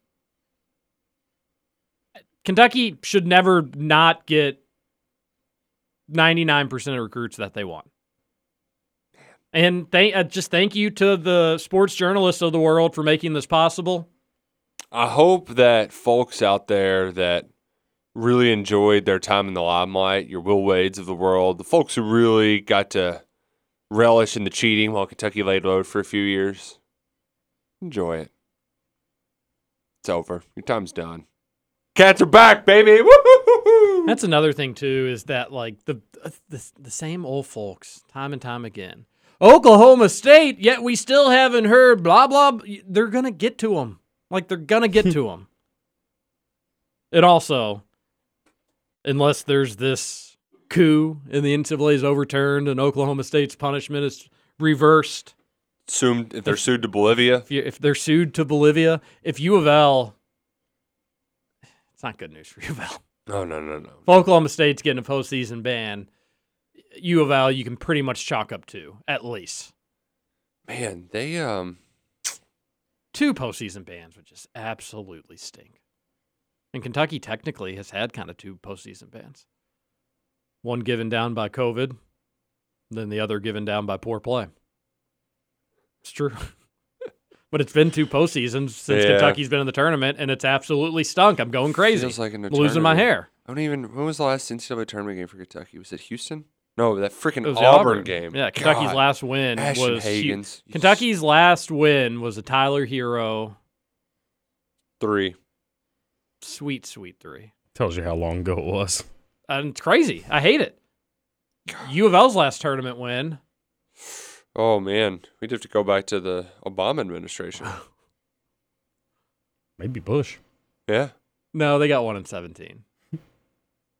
Kentucky should never not get 99% of recruits that they want. And thank uh, just thank you to the sports journalists of the world for making this possible.
I hope that folks out there that really enjoyed their time in the limelight, your Will Wades of the world, the folks who really got to relish in the cheating while Kentucky laid low for a few years, enjoy it. It's over. Your time's done. Cats are back, baby. Woo-hoo-hoo-hoo.
That's another thing too is that like the, uh, the the same old folks time and time again. Oklahoma State, yet we still haven't heard blah blah. b- They're gonna get to them. Like they're gonna get to them. And also, unless there's this coup and the NCAA is overturned and Oklahoma State's punishment is reversed,
Assumed if they're sued to Bolivia.
if, you, if they're sued to Bolivia, if U of L, it's not good news for U of L.
No, no, no, no.
if Oklahoma State's getting a postseason ban, U of L you can pretty much chalk up to at least
Man, they um.
two postseason bans, would just absolutely stink. And Kentucky technically has had kind of two postseason bans. One given down by COVID, then the other given down by poor play. It's true. but it's been two postseasons since
Yeah.
Kentucky's been in the tournament, and it's absolutely stunk. I'm going crazy.
Feels like an
I'm losing my
eternity.
hair.
I don't even. When was the last NCAA tournament game for Kentucky? Was it Houston? No, that freaking
It was
Auburn,
the Auburn
game.
Yeah, Kentucky's
God.
last win
Ashton
was hu-
Hagens. You
Kentucky's last win was a Tyler Hero
three.
sweet sweet three,
Tells you how long ago it was.
and it's crazy. I hate it. U of L's last tournament win.
Oh man, we'd have to go back to the Obama administration.
Maybe Bush.
yeah,
No, they got one in seventeen.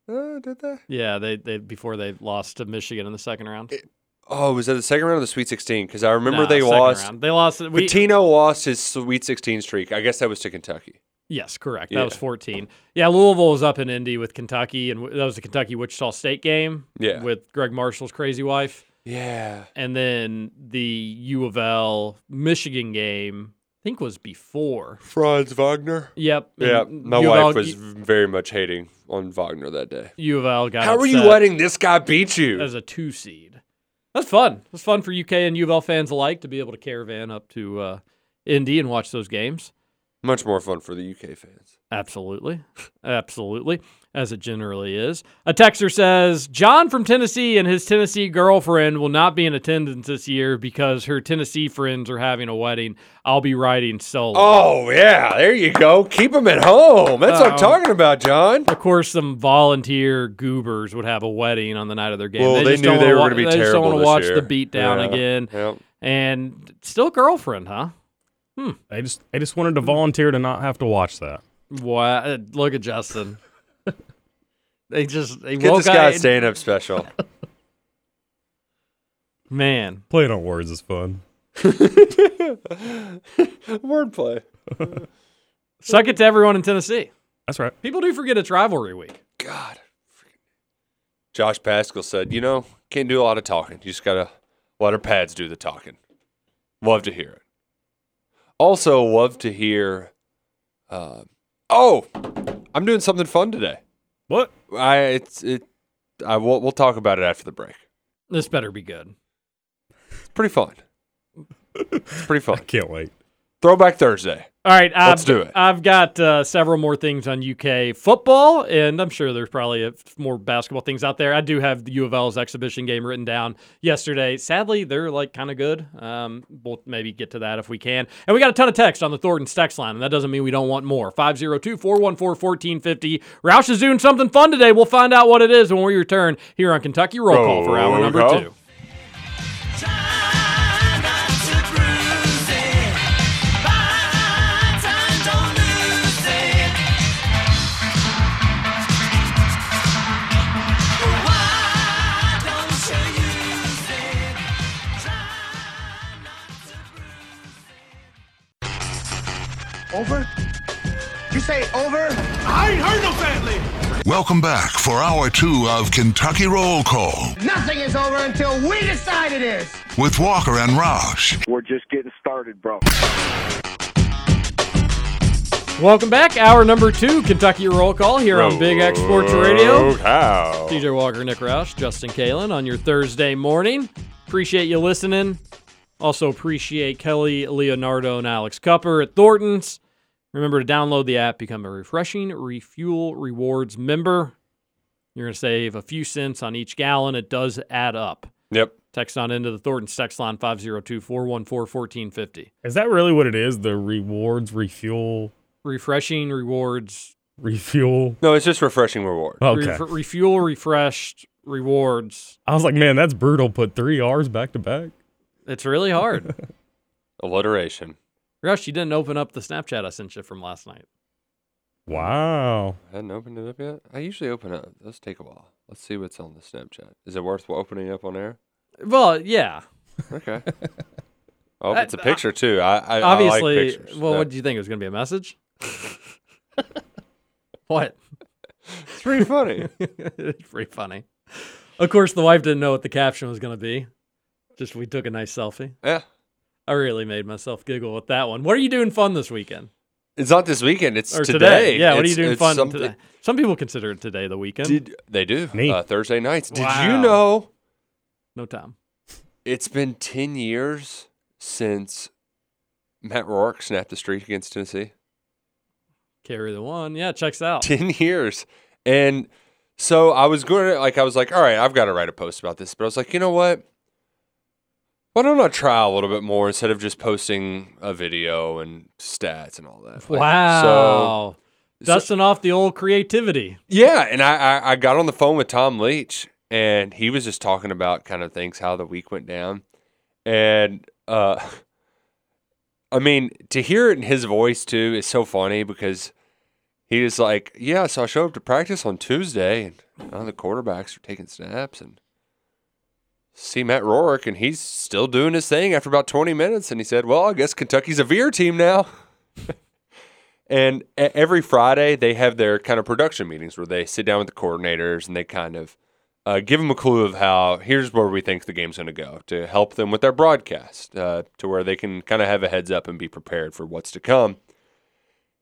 uh, did they?
Yeah, they they before they lost to Michigan in the second round.
Oh, was that the second round of the Sweet Sixteen? Because I remember
Nah,
they
second
lost.
round. They lost. We,
Patino lost his Sweet Sixteen streak. I guess that was to Kentucky.
Yes, correct. That
Yeah.
was 14. Yeah, Louisville was up in Indy with Kentucky, and w- that was the Kentucky Wichita State game
Yeah.
with Greg Marshall's crazy wife.
Yeah,
and then the U of L Michigan game, I think was before.
Franz Wagner.
Yep. and
Yeah, my
U of L-
wife was very much hating on Wagner that day.
U of L got
How are you
upset
letting this guy beat you?
as a two seed. That's fun. That's fun for UK and U of L fans alike to be able to caravan up to uh, Indy and watch those games.
Much more fun for the UK fans.
Absolutely. Absolutely. As it generally is. A texter says John from Tennessee and his Tennessee girlfriend will not be in attendance this year because her Tennessee friends are having a wedding. I'll be riding solo.
Oh yeah, there you go. Keep them at home. That's
Um,
what I'm talking about, John.
Of course, some volunteer goobers would have a wedding on the night of their game.
Well, they
just
knew
don't
they
wanna
were
wa-
gonna be
They just don't
terrible
wanna
this
watch
year.
the beat down
Yeah.
again.
Yep.
And still girlfriend, huh?
I just I just wanted to volunteer to not have to watch that.
Wow. Look at Justin. they just they
Get
woke
this guy
up-
stand up special.
Man,
Playing on words is fun.
Wordplay.
suck it to everyone in Tennessee.
That's right.
People do forget it's rivalry week.
God. Josh Pascal said, you know, can't do a lot of talking. You just gotta let our pads do the talking. Love to hear it. Also love to hear uh, oh, I'm doing something fun today.
What?
I it's it I will we'll talk about it after the break.
This better be good.
It's pretty fun. it's pretty fun.
Can't wait.
Throwback Thursday.
All right, I've,
Let's do it.
I've got uh, several more things on UK football, and I'm sure there's probably a, f- more basketball things out there. I do have the U of L's exhibition game written down yesterday. Sadly, they're like kind of good. Um, we'll maybe get to that if we can. And we got a ton of text on the Thornton's text line, and that doesn't mean we don't want more. 502 414 1450. Roush is doing something fun today. We'll find out what it is when we return here on Kentucky Roll Call for hour
Roll
number
Call.
two.
Over? You say over?
I ain't heard no fat lady.
Welcome back for hour two of Kentucky Roll Call
Nothing is over until we decide it is.
with Walker and Roush.
We're just getting started, bro.
Welcome back. Hour number two, Kentucky Roll Call here on Big X Sports Radio.
How?
TJ Walker, Nick Roush, Justin Kalen on your Thursday morning. Appreciate you listening. Also appreciate Kelly, Leonardo, and Alex Cupper at Thornton's. Remember to download the app, become a refreshing refuel rewards member. You're going to save a few cents on each gallon. It does add up.
Yep.
Text on into the Thornton's text line 502 414 1450.
Is that really what it is? The rewards refuel
Refreshing rewards,
refuel.
No, it's just refreshing reward.
Okay.
ref- refuel refreshed rewards.
I was like, man, that's brutal. Put three R's back to back.
It's really hard.
Alliteration.
Rush, you didn't open up the Snapchat I sent you from last night.
Wow.
I hadn't opened it up yet. I usually open it up. Those take a while. Let's see what's on the Snapchat. Is it worth opening up on air?
Well, yeah.
Okay. oh,
I-
it's a picture too. I, I I like
Uh, Obviously.
pictures.
well,
That-
what did you think? It was going to be a message? what?
it's pretty funny.
it's pretty funny. Of course, the wife didn't know what the caption was going to be. Just we took a nice selfie.
yeah.
I really made myself giggle with that one. What are you doing fun this weekend?
It's not this weekend. It's
Or
today.
Yeah, what are
It's-
you doing
it's
fun
something-
today? Some people consider it today the weekend.
Did they do
Neat.
uh, Thursday nights? Did you
Wow.
know
no time.
it's been ten years since Matt Rourke snapped the streak against Tennessee?
Carry the one. Yeah, checks out.
10 years. And so I was going to, like, I was like, all right, I've got to write a post about this. But I was like, you know what? Why don't I try a little bit more instead of just posting a video and stats and all that? Like, So,
Wow.
so-
Dusting off the old creativity.
yeah. And I, I, I got on the phone with Tom Leach and he was just talking about kind of things, how the week went down. And, uh, I mean, to hear it in his voice too is so funny because he was like, "Yeah, so I showed up to practice on Tuesday, and none of the quarterbacks are taking snaps, and see Matt Rourke, and he's still doing his thing after about 20 minutes." And he said, "Well, I guess Kentucky's a veer team now." and e- every Friday they have their kind of production meetings where they sit down with the coordinators and they kind of uh, give them a clue of how here's where we think the game's going to go to help them with their broadcast uh, to where they can kind of have a heads up and be prepared for what's to come.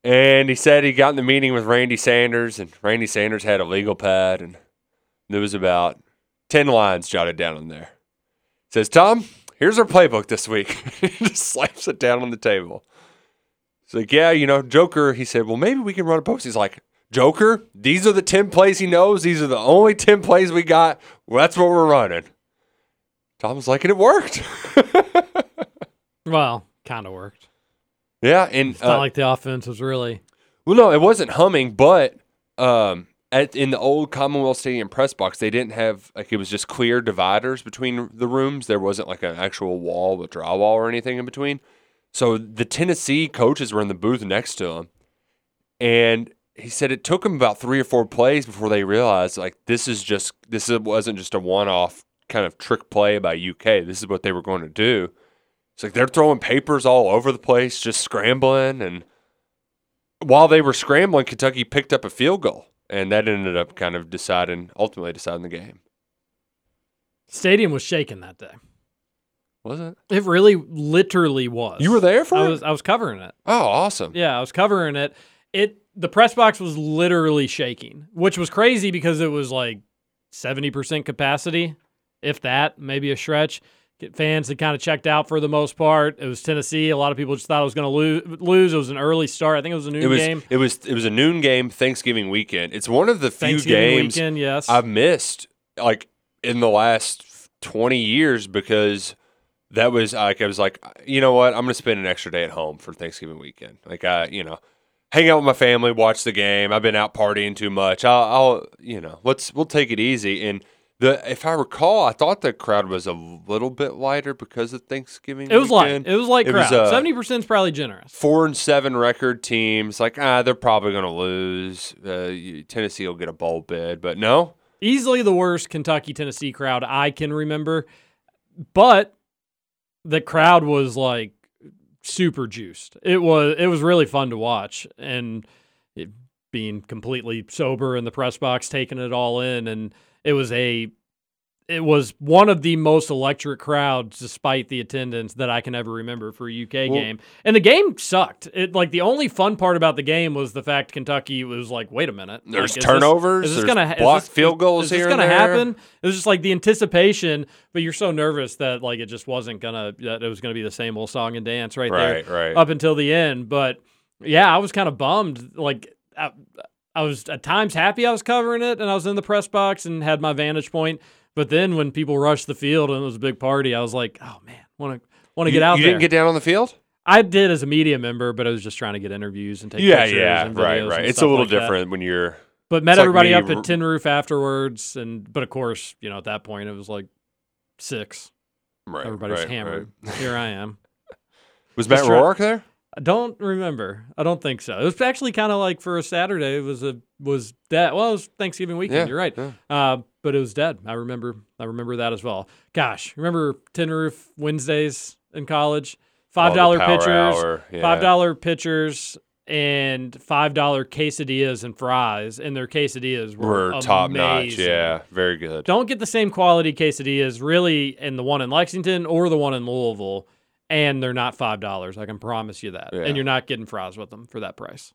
And he said he got in the meeting with Randy Sanders, and Randy Sanders had a legal pad, and there was about 10 lines jotted down on there. says, Tom, here's our playbook this week. he just slaps it down on the table. He's like, yeah, you know, Joker. He said, well, maybe we can run a post. He's like, Joker, these are the 10 plays he knows. These are the only 10 plays we got. Well, that's what we're running. Tom's like, and it worked.
Well, kind of worked.
yeah. And
It's not
uh,
like the offense was really.
Well, no, it wasn't humming, but um, at, in the old Commonwealth Stadium press box, they didn't have like it was just clear dividers between the rooms. There wasn't like an actual wall with drywall or anything in between. So the Tennessee coaches were in the booth next to him, and he said it took him about three or four plays before they realized like this is just this is- wasn't just a one-off kind of trick play by UK. This is what they were going to do. It's like they're throwing papers all over the place, just scrambling and while they were scrambling, Kentucky picked up a field goal, and that ended up kind of deciding, ultimately deciding the game.
Stadium was shaking that day.
Was it?
It really, literally was.
You were there for
I
it?
was. I was covering it.
Oh, awesome!
Yeah, I was covering it. It the press box was literally shaking, which was crazy because it was like seventy percent capacity, if that, maybe a stretch. Get fans had kind of checked out for the most part. It was Tennessee. A lot of people just thought it was going to lose. Lose. It was an early start. I think it was a noon
it was.
game.
It was. It was a noon game, Thanksgiving weekend. It's one of the few
Thanksgiving
games
weekend. Yes.
I've missed, like in the last twenty years, because that was like I was like, you know what? I'm gonna spend an extra day at home for Thanksgiving weekend. Like I, you know, hang out with my family, watch the game. I've been out partying too much. I'll, I'll you know, let's we'll take it easy. And the if I recall, I thought the crowd was a little bit lighter because of Thanksgiving.
it was
weekend.
light. It was light
It was,
crowd.
uh,
Seventy percent is probably generous.
Four and seven record teams, like ah, they're probably gonna lose. Uh, you- Tennessee will get a bowl bid, but no,
easily the worst Kentucky Tennessee crowd I can remember, but the crowd was like super juiced. It was it was really fun to watch and it, being completely sober in the press box, taking it all in, and it was a it was one of the most electric crowds despite the attendance that I can ever remember for a UK
Well-
game. And the game sucked. It like the only fun part about the game was the fact Kentucky was like, wait a minute. like,
There's
is this-
turnovers,
is this
there's
gonna ha- is
blocked
this-
field goals
is this
here and
gonna
there.
happen? It was just like the anticipation, but you're so nervous that like it just wasn't gonna that it was gonna be the same old song and dance right,
Right,
there
right.
up until the end. But yeah, I was kind of bummed. Like I, I was at times happy I was covering it and I was in the press box and had my vantage point. But then when people rushed the field and it was a big party, I was like, oh man, want to want to
you,
get out
You
there.
didn't get down on the field.
I did as a media member, but I was just trying to get interviews and take pictures. and
right,
videos
right.
and
It's a
stuff
little
like that.
different when you're.
But met
It's like
everybody
me
up
r-
at Tin Roof afterwards, and but of course, you know, at that point it was like six.
Right,
Everybody's
right,
hammered.
right.
Here I am.
Was
Just
Matt
try-
Rourke there?
I don't remember. I don't think so. It was actually kind of like for a Saturday. It was a was that well, it was Thanksgiving weekend.
Yeah,
you're right.
yeah.
Uh, but it was dead. I remember. I remember that as well. Gosh, remember Tin Roof Wednesdays in college? Five dollar
power
pitchers,
hour,
five
yeah.
dollar pitchers, and five dollar quesadillas and fries. And their quesadillas were,
We're top notch.
amazing.
Yeah, very good.
Don't get the same quality quesadillas really in the one in Lexington or the one in Louisville, and they're not five dollars. I can promise you that.
Yeah.
And you're not getting fries with them for that price.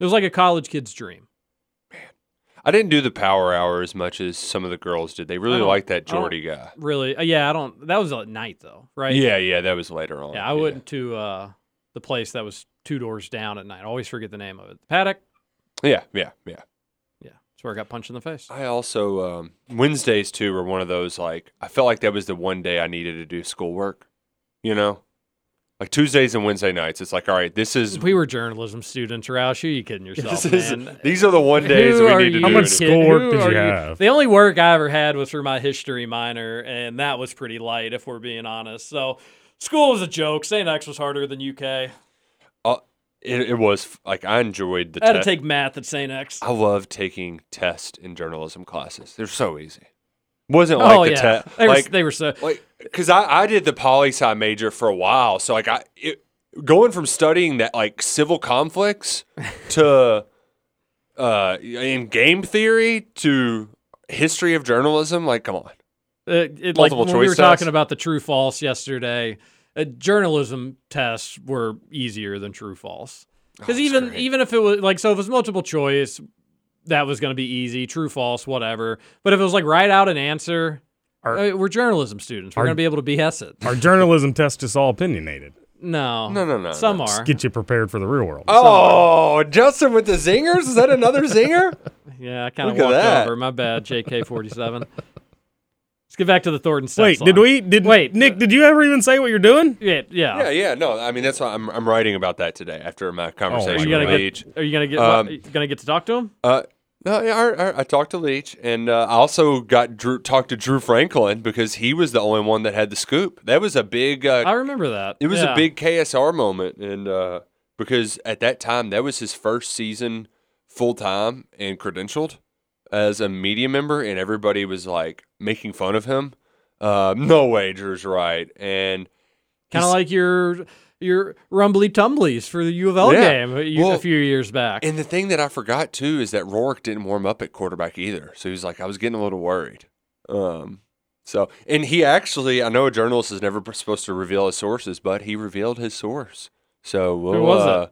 It was like a college kid's dream.
I didn't do the power hour as much as some of the girls did. They really
don't-
liked that
I don't-
Jordy guy.
Really, uh, yeah. I don't. That was at night though, right?
Yeah, yeah, that was later on.
Yeah, I went to uh, the place that was two doors down at night. I always forget the name of it. Paddock.
Yeah, yeah, yeah.
Yeah, that's where I got punched in the face.
I also um, Wednesdays too were one of those like I felt like that was the one day I needed to do schoolwork. You know, like Tuesdays and Wednesday nights. It's like, all right, this is.
We were journalism students, Roush. Are you kidding yourself,
this is-
man?
these are the one days
Who
we
are
need to
you
do.
How much
it.
kidding-
schoolwork
who
did
are
you have?
The only work I ever had was for my history minor, and that was pretty light, if we're being honest. So school was a joke. St. X was harder than UK.
Uh, it, it was f- like I enjoyed the.
I had to
te-
take math at St. X.
I love taking tests in journalism classes. They're so easy. Wasn't like
oh
the
yeah,
test.
they, were,
Like,
they were so.
like because I, I did the poli sci major for a while so like i it, going from studying that like civil conflicts to uh in game theory to history of journalism like come on
It, Uh, it, like when
multiple
we
choice
were
tests?
talking about the true false yesterday. Uh, journalism tests were easier than true false
Oh,
because even even if it was like so if it was multiple choice, that was going to be easy. True false, whatever. But if it was like write out an answer,
Are-
uh, we're journalism students. We're
are-
going to be able to BS it.
Our journalism test is all opinionated.
No.
No, no, no,
Some
no.
are.
Get you prepared for the real world.
Oh, Justin with the zingers? Is that another zinger?
Yeah, I kind of
Look at
walked
that.
over. My bad, JK forty seven. Let's get back to the Thornton Stetson.
Wait, did we? Did
Wait.
Nick? Did you ever even say what you're doing?
Yeah, yeah.
yeah, yeah. No, I mean that's why I'm I'm writing about that today after my
Are
conversation
Oh, you gonna
with
get?
Leach.
Are you gonna get?
Um,
are you gonna get to talk to him?
Uh, no, yeah, I, I, I talked to Leach, and uh, I also got Drew talked to Drew Franklin because he was the only one that had the scoop. That was a big. Uh,
I remember that.
It was
Yeah.
a big KSR moment, and uh, because at that time that was his first season full time and credentialed as a media member, and everybody was like making fun of him. Uh, no way, Drew's right, and
kind of like your your rumbly tumblies for the U of L
Yeah.
game a, y- a
Well,
few years back.
and the thing that I forgot too is that Rourke didn't warm up at quarterback either, so he was like I was getting a little worried. Um, so and he actually, I know a journalist is never supposed to reveal his sources, but he revealed his source. So we'll,
was it?
uh,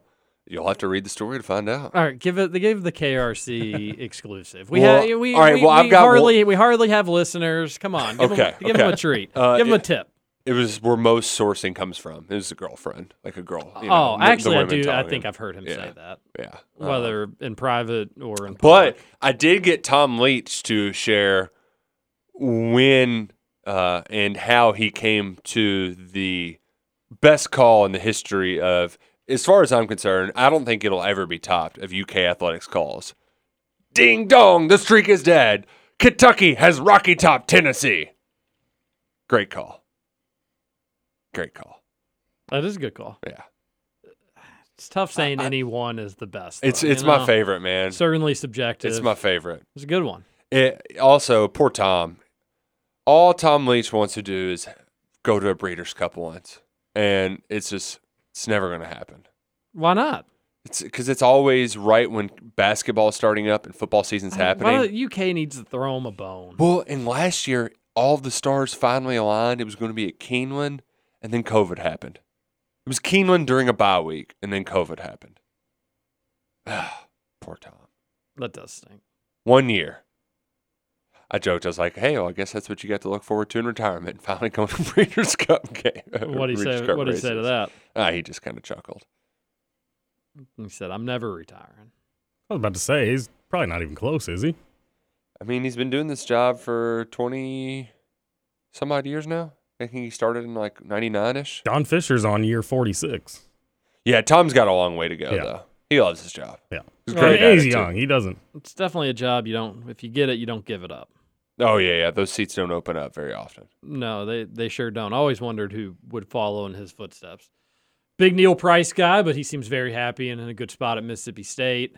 You'll have to read the story to find out.
all right, give it. They gave the KRC exclusive. We
Well,
have. We,
all right,
we,
well, I've
we
got
hardly we hardly have listeners. Come on, give 'em-
Okay,
give them a
okay.
treat.
Uh,
give them a
it-
tip.
It was where most sourcing comes from. It was a girlfriend, like a girl. you
oh,
know, the- the
actually, I
women
do. I
talking.
think I've heard him
Yeah.
say that,
Yeah. Uh,
whether in private or in
but
public.
I did get Tom Leach to share when uh, and how he came to the best call in the history of, as far as I'm concerned, I don't think it'll ever be topped of UK athletics calls. Ding dong, the streak is dead. Kentucky has Rocky Top, Tennessee. Great call. Great call.
that is a good call.
Yeah.
It's tough saying any one is the best.
It's
though,
it's
you
my
know?
favorite, man.
Certainly subjective.
It's my favorite.
It's a good one.
It, also, poor Tom. All Tom Leach wants to do is go to a Breeders' Cup once, and it's just it's never going to happen.
Why not?
It's because it's always right when basketball's starting up and football season's happening.
Why the UK needs to throw him a bone.
well, and last year all the stars finally aligned. It was going to be at Keeneland, and then COVID happened. It was Keeneland during a bye week, and then COVID happened. poor Tom.
That does stink.
one year. I joked. I was like, "Hey, well, I guess that's what you got to look forward to in retirement." Finally, going to Breeders' Cup game.
What do you say?
Breeders' Cup
What do you say to
races.
that?
Ah, he just kind of chuckled.
He said, "I'm never retiring."
I was about to say he's probably not even close, is he?
I mean, he's been doing this job for twenty some odd years now. I think he started in like ninety nine ish.
Don Fisher's on year 46.
Yeah, Tom's got a long way to go
Yeah.
though. He loves his job.
Yeah,
He's a
Well,
great
I mean, he's
attitude.
young. He doesn't.
It's definitely a job you don't. If you get it, you don't give it up.
Oh yeah, yeah. Those seats don't open up very often.
No, they they sure don't. I always wondered who would follow in his footsteps. Big Neil Price guy, but he seems very happy and in a good spot at Mississippi State.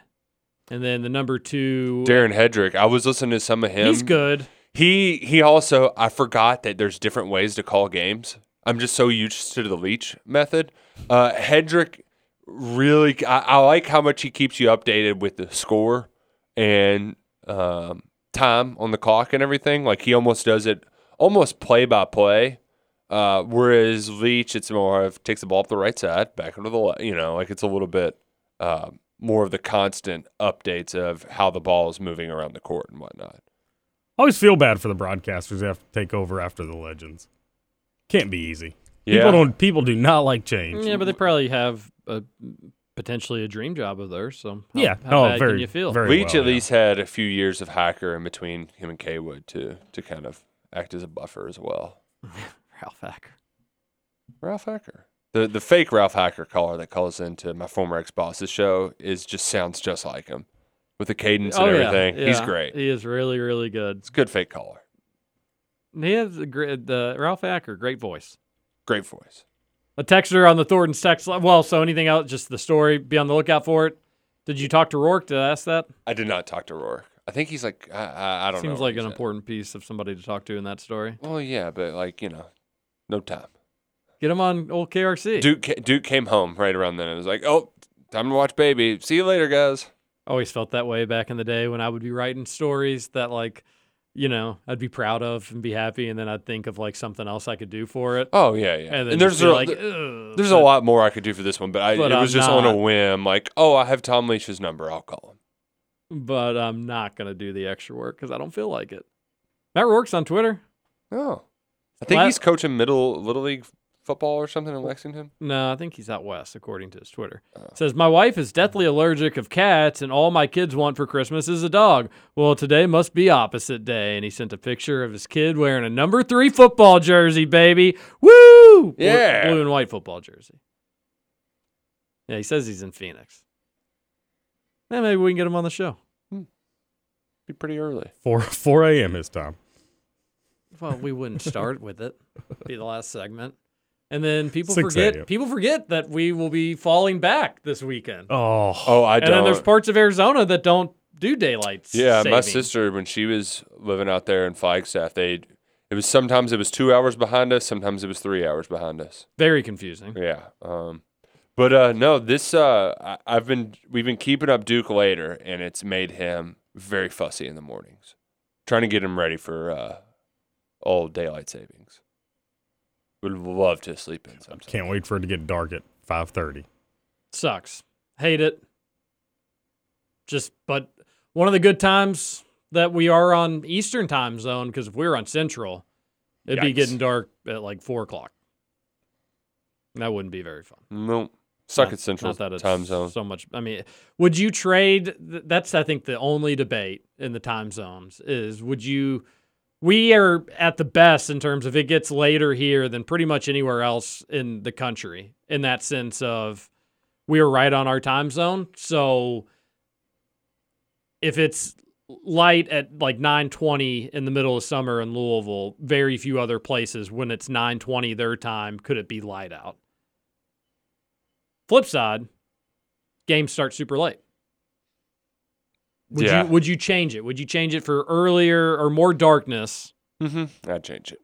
And then the number two,
Darren Hedrick. I was listening to some of him.
he's good.
He he also I forgot that there's different ways to call games. I'm just so used to the leech method. Uh, Hedrick really I, I like how much he keeps you updated with the score and um, time on the clock and everything. Like he almost does it almost play by play. Uh, whereas Leach, it's more of takes the ball up the right side, back into the left. You know, like it's a little bit uh, more of the constant updates of how the ball is moving around the court and whatnot.
I always feel bad for the broadcasters that have to take over after the legends. Can't be easy. People don't. People do not like change.
Yeah, but they probably have a, potentially a dream job of theirs. So how,
Yeah.
how
Oh,
bad
very-
can you feel?
very-
Leach
well,
at
yeah.
least had a few years of hacker in between him and K Wood to to kind of act as a buffer as well.
Ralph Hacker.
Ralph Hacker. The the fake Ralph Hacker caller that calls into my former ex boss's show is just sounds just like him. With the cadence
Oh,
and everything. He's great.
He is really, really good.
It's a good fake caller.
He has a great the Ralph Acker, great voice.
Great voice.
A texter on the Thornton's text line. Well, so anything else? Just the story. Be on the lookout for it. Did you talk to Rourke? Did I ask that?
I did not talk to Rourke. I think he's like I I, I don't know.
Seems
where
like
he's
an
at.
important piece of somebody to talk to in that story.
Well, yeah, but like you know, no time.
Get him on old KRC.
Duke ca- Duke came home right around then. and was like, oh, time to watch baby. See you later, guys.
Always felt that way back in the day when I would be writing stories that like, you know, I'd be proud of and be happy, and then I'd think of like something else I could do for it.
Oh yeah, yeah.
And
And,
then
there's
there's
a,
like,
th-
"Ugh,"
there's a
but-
lot more I could do for this one, but I
But
it
I'm
was just on
not.
a whim, like, oh, I have Tom Leach's number, I'll call him.
but I'm not gonna do the extra work because I don't feel like it. Matt Rourke's on Twitter.
Oh, I think
Well,
he's coaching middle little league football or something in Lexington?
No, I think he's out west, according to his Twitter. Says, My wife is deathly allergic of cats, and all my kids want for Christmas is a dog. Well, today must be opposite day. And he sent a picture of his kid wearing a number three football jersey, baby. Woo! Blue-
Yeah.
Blue, and white football jersey. Yeah, he says he's in Phoenix. Yeah, maybe we can get him on the show.
Be pretty early.
Four four a.m. is time.
Well, we wouldn't start with it. Be the last segment. And then people
6 a.m..
forget people forget that we will be falling back this weekend.
Oh,
Oh, I
and
don't.
then there's parts of Arizona that don't do daylight.
yeah, my
saving.
sister when she was living out there in Flagstaff, they it was sometimes it was two hours behind us, sometimes it was three hours behind us.
Very confusing.
Yeah. Um, but uh, no, this uh, I, I've been we've been keeping up Duke later, and it's made him very fussy in the mornings, trying to get him ready for uh, old daylight savings. Would love to sleep in sometimes.
can't wait for it to get dark at five thirty.
Sucks. Hate it. Just, but one of the good times that we are on Eastern time zone because if we were on Central, it'd be
Yikes.
getting dark at like four o'clock. That wouldn't be very fun.
No, suck
Not-
at Central
not that it's
time zone.
So much. I mean, would you trade? th- That's I think the only debate in the time zones is would you? We are at the best in terms of it gets later here than pretty much anywhere else in the country in that sense of we are right on our time zone. So if it's light at like 9:20 in the middle of summer in Louisville, very few other places when it's 9:20 their time could it be light out. Flip side, games start super late. Would
Yeah.
you would you change it? Would you change it for earlier or more darkness?
Mm-hmm. I'd change it.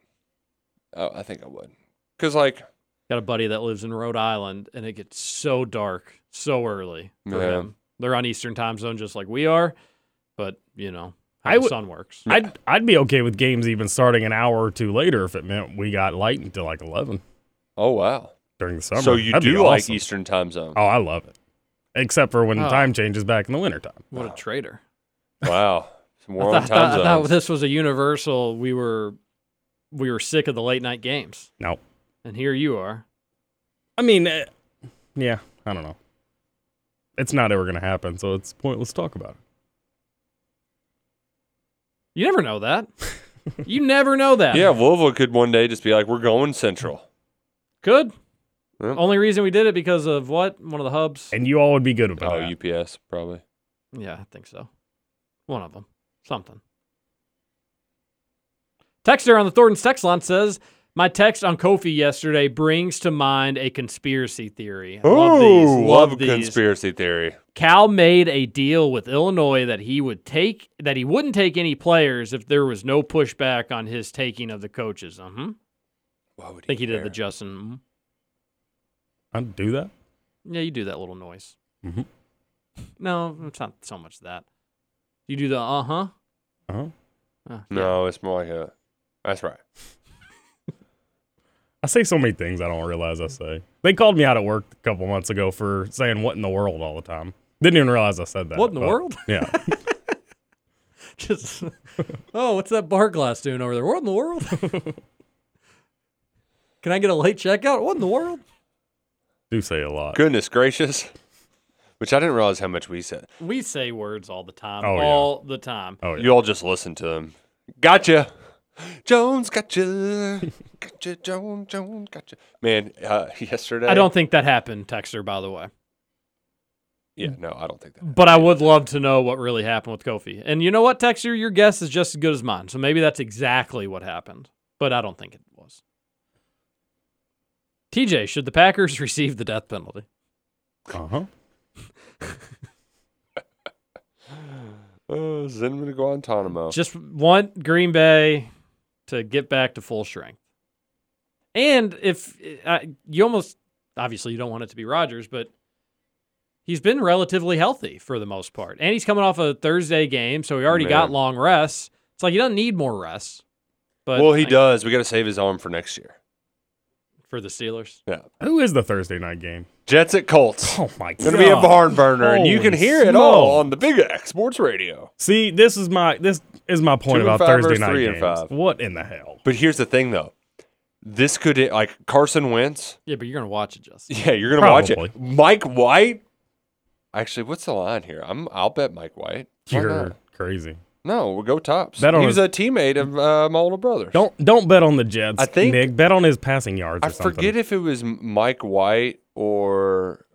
Oh, I think I would, cause like
Got a buddy that lives in Rhode Island and it gets so dark so early for
Yeah.
him. They're on Eastern time zone just like we are, but you know, how
I
the
would-
sun works.
I'd I'd be okay with games even starting an hour or two later if it meant we got light until like eleven
oh wow.
during the summer.
So you
That'd be
do like
awesome.
Eastern time zone?
Oh, I love it. Except for when the
Oh.
time changes back in the wintertime.
What a traitor.
Wow,
I
more
thought,
on
I thought- I
time
thought
zones.
this was a universal. We were we were sick of the late night games,
No,
and here you are.
I mean, eh, yeah, I don't know. It's not ever going to happen, so it's pointless to talk about it.
You never know that. you never know that.
Yeah, Louisville could one day just be like, we're going Central.
could.
Yeah.
Only reason we did it because of what one of the hubs.
And you all would be good about
Oh,
that.
UPS probably.
Yeah, I think so. One of them. Something. Texter on the Thornton's text line says, My text on Kofi yesterday brings to mind a conspiracy theory. I love these.
Ooh,
Love,
love
these.
conspiracy theory.
Cal made a deal with Illinois that he would take that he wouldn't take any players if there was no pushback on his taking of the coaches. Uh huh.
Why would
I think he did the
care?
Justin. mhm.
I'd do that.
Yeah, you do that little noise.
Mhm.
No, it's not so much that. You do the uh huh.
Uh-huh.
No, it's more like a. That's right.
I say so many things I don't realize I say. They called me out at work a couple months ago for saying what in the world all the time. Didn't even realize I said that.
What in the
but-
world?
Yeah.
Just oh, what's that bar glass doing over there? What in the world? Can I get a late checkout? What in the world?
do say a lot.
Goodness gracious. Which I didn't realize how much we said.
We say words all the time,
Oh, yeah.
all the time.
Oh, yeah.
You all just listen to them. Gotcha. Jones, gotcha. Gotcha, Jones, Jones, gotcha. Man, uh, yesterday.
I don't think that happened, Texter. By the way,
Yeah, no, I don't think that.
but I would love to know what really happened with Kofi. And you know what, Texter, your guess is just as good as mine. So maybe that's exactly what happened, but I don't think it was. TJ, should the Packers receive the death penalty?
Uh-huh.
Oh, send him to Guantanamo.
Just want Green Bay to get back to full strength. And if uh, you almost, obviously, you don't want it to be Rodgers, but he's been relatively healthy for the most part. And he's coming off a Thursday game, so he already got
Man.
long rests. It's like he doesn't need more rests. But
well, he
I-
does. We got to save his arm for next year.
for the Steelers.
Yeah.
Who is the Thursday night game?
Jets at Colts.
Oh my god.
Gonna be a barn burner, and you
Holy
can hear it all
smoke.
on the Big X Sports Radio.
See, this is my this is my
Two
point
and
about
five
Thursday
versus
night
three and
games.
five.
What in the hell?
But here's the thing, though. this could like Carson Wentz.
Yeah, but you're gonna watch it, Justin.
Yeah, you're gonna watch it.
Probably.
Mike White. Actually, what's the line here? I'm. I'll bet Mike White. Why not?
You're crazy.
No, we'll go tops.
Bet on
he was
a-
a teammate of uh, my older brother.
Don't don't bet on the Jets.
I think-
Nick bet on his passing yards.
I
or something.
forget if it was M- Mike White or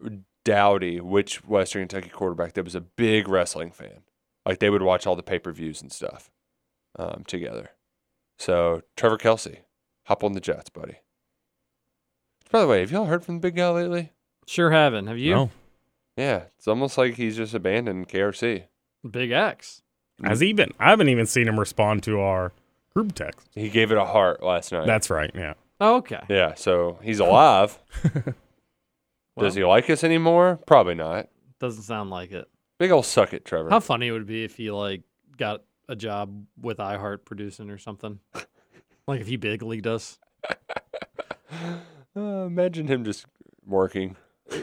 Dowdy, which Western Kentucky quarterback that was a big wrestling fan. Like they would watch all the pay per views and stuff um, together. So Trevor Kelsey, hop on the Jets, buddy. By the way, have y'all heard from the big guy lately?
Sure haven't. Have you?
No.
Yeah, it's almost like he's just abandoned KRC.
Big X.
Has he been? I haven't even seen him respond to our group text.
He gave it a heart last night.
That's right. Yeah.
Oh, okay.
yeah, so he's alive.
Well,
Does he like us anymore? Probably not.
Doesn't sound like it.
Big ol' suck it, Trevor.
How funny it would be if he like got a job with iHeart producing or something. like if he big leagued us.
Uh, imagine him just working.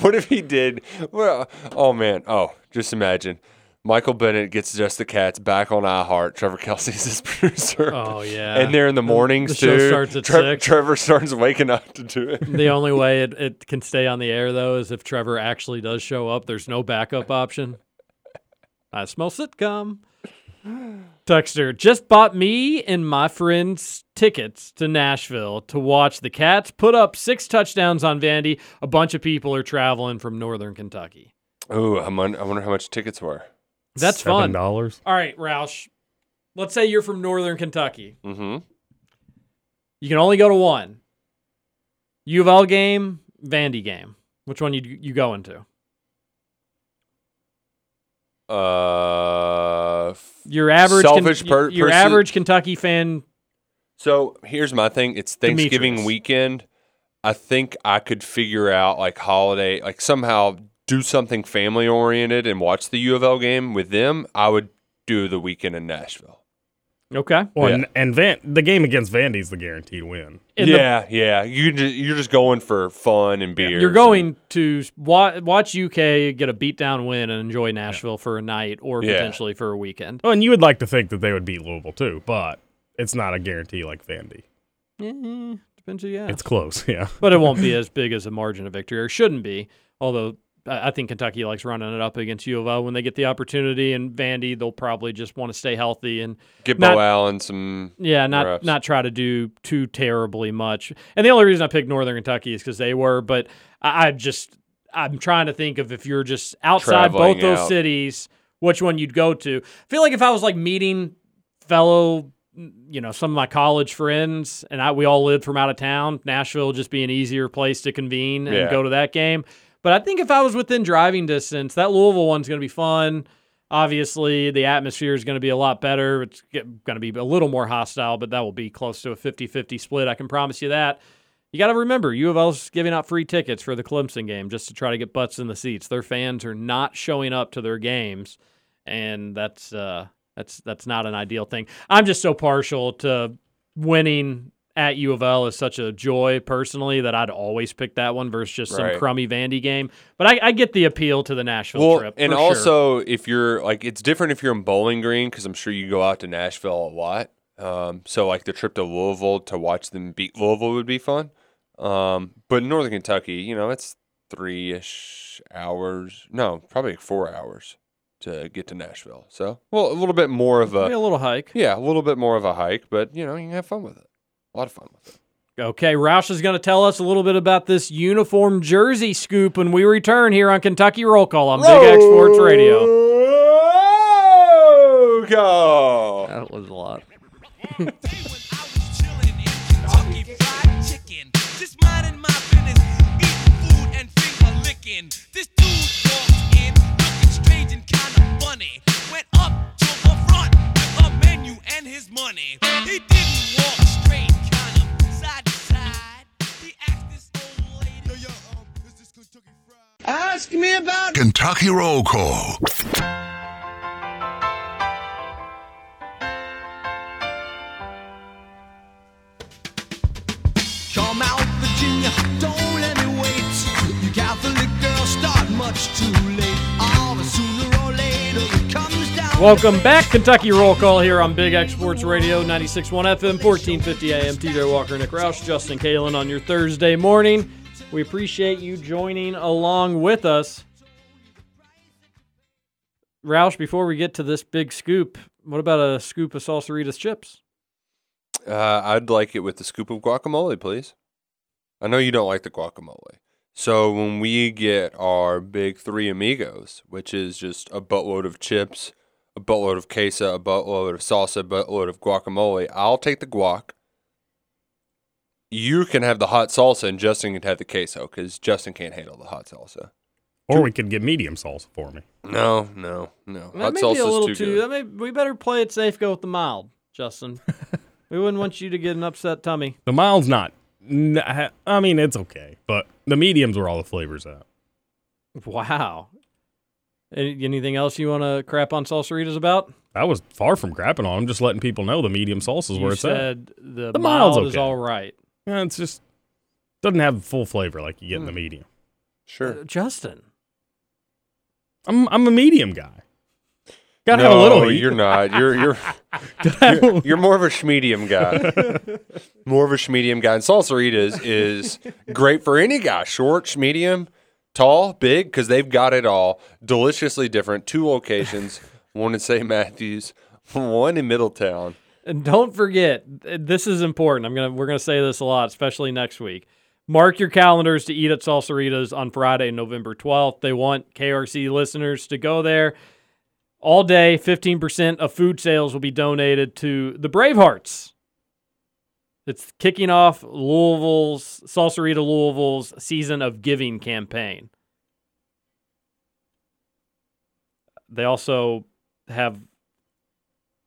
what if he did? Well, oh man. Oh, just imagine. Michael Bennett gets Just the Cats back on iHeart. Trevor Kelsey's his producer.
Oh yeah.
And they're in the mornings
the show
too.
starts at
Tre-
six.
Trevor starts waking up to do it.
the only way it, it can stay on the air though is if Trevor actually does show up. There's no backup option. I smell sitcom. Texter just bought me and my friends tickets to Nashville to watch the Cats put up six touchdowns on Vandy. A bunch of people are traveling from northern Kentucky.
Ooh, I'm on, I wonder how much tickets were.
That's
Seven
fun.
dollars.
All right, Roush. Let's say you're from northern Kentucky.
Mm-hmm.
You can only go to one. U of L game, Vandy game. Which one you you going to?
Uh, f-
Your average Ken-
Selfish per-
your
person-
average Kentucky fan.
So here's my thing. It's Thanksgiving
Demetrius.
weekend. I think I could figure out like holiday, like somehow do something family oriented and watch the U of L game with them. I would do the weekend in Nashville.
Okay.
Well,
Yeah.
and, and Van, the game against Vandy's the guaranteed win.
In the-
yeah, yeah. You just, you're just going for fun and beer.
you're going to watch, watch UK get a beatdown win and enjoy Nashville for a night or
Yeah.
potentially for a weekend.
Oh, and you would like to think that they would beat Louisville too, but it's not a guarantee like Vandy.
Eh, depends who you ask.
It's close. Yeah.
but it won't be as big as a margin of victory, or shouldn't be. Although I I think Kentucky likes running it up against U of L when they get the opportunity, and Vandy they'll probably just want to stay healthy and
get
not-
Bo Allen some.
yeah, not
Perhaps.
not try to do too terribly much. And the only reason I picked Northern Kentucky is because they were, but I, I just I'm trying to think of if you're just outside both
Traveling
those
out.
cities, which one you'd go to. I feel like if I was like meeting fellow, you know, some of my college friends, and I we all lived from out of town, Nashville would just be an easier place to convene and
Yeah.
go to that game. But I think if I was within driving distance, that Louisville one's going to be fun. Obviously, the atmosphere is going to be a lot better. It's going to be a little more hostile, but that will be close to a 50 50 split. I can promise you that. You got to remember, U of L's giving out free tickets for the Clemson game just to try to get butts in the seats. Their fans are not showing up to their games, and that's uh, that's that's not an ideal thing. I'm just so partial to winning at U of L is such a joy personally that I'd always pick that one versus just
Right.
some crummy Vandy game. But I, I get the appeal to the Nashville
Well,
trip,
and
for sure.
also uh, if you're like, it's different if you're in Bowling Green because I'm sure you go out to Nashville a lot. Um, so like the trip to Louisville to watch them beat Louisville would be fun. Um, but in Northern Kentucky, you know, it's three ish hours. No, probably four hours to get to Nashville. So well, a little bit more of
Maybe a
a
little hike.
yeah, a little bit more of a hike, but you know, you can have fun with it. A lot of fun with it.
Okay, Roush is going to tell us a little bit about this uniform jersey scoop when we return here on Kentucky Roll Call on Big X Sports Radio.
Roll call.
That was a lot.
Ask me about
Kentucky Roll Call.
Come out, Virginia, don't let me wait. You Catholic girls start much too late. All the sooner or later it comes down
Welcome back, Kentucky Roll Call here on Big X Sports Radio, 96.1 FM, 1450 AM. TJ Walker, Nick Roush, Justin Kalen on your Thursday morning. We appreciate you joining along with us. Roush, before we get to this big scoop, what about a scoop of Salsaritas chips?
Uh, I'd like it with a scoop of guacamole, please. I know you don't like the guacamole. So when we get our big three amigos, which is just a buttload of chips, a buttload of queso, a buttload of salsa, a buttload of guacamole, I'll take the guac. You can have the hot salsa, and Justin can have the queso because Justin can't handle the hot salsa.
Or we could get medium salsa for me.
No, no, no.
That
hot
may be a
salsa's
little
too,
too.
good.
That may, we better play it safe. Go with the mild, Justin. we wouldn't want you to get an upset tummy.
The mild's not. n- I I mean, it's okay, but the mediums were all the flavors out.
Wow. Any- Anything else you want to crap on Salsaritas about?
I was far from crapping on them, just letting people know the medium salsa is
you
where it's at.
said the,
The mild's
mild is
okay.
all right.
Yeah, it's just doesn't have full flavor like you get in the medium.
Sure.
Uh, Justin,
I'm I'm a medium guy. Gotta have a
No,
little heat.
You're not. You're you're you're, you're more of a schmedium guy. more of a schmedium guy. And salsaritas is great for any guy, short, medium, tall, big, because they've got it all. Deliciously different. Two locations. one in St. Matthews. One in Middletown.
and don't forget uh, this is important. I'm gonna we're gonna say this a lot, especially next week. Mark your calendars to eat at Salsaritas on Friday, November 12th. They want KRC listeners to go there. All day, 15% of food sales will be donated to the Bravehearts. It's kicking off Louisville's Salsarita Louisville's season of giving campaign. They also have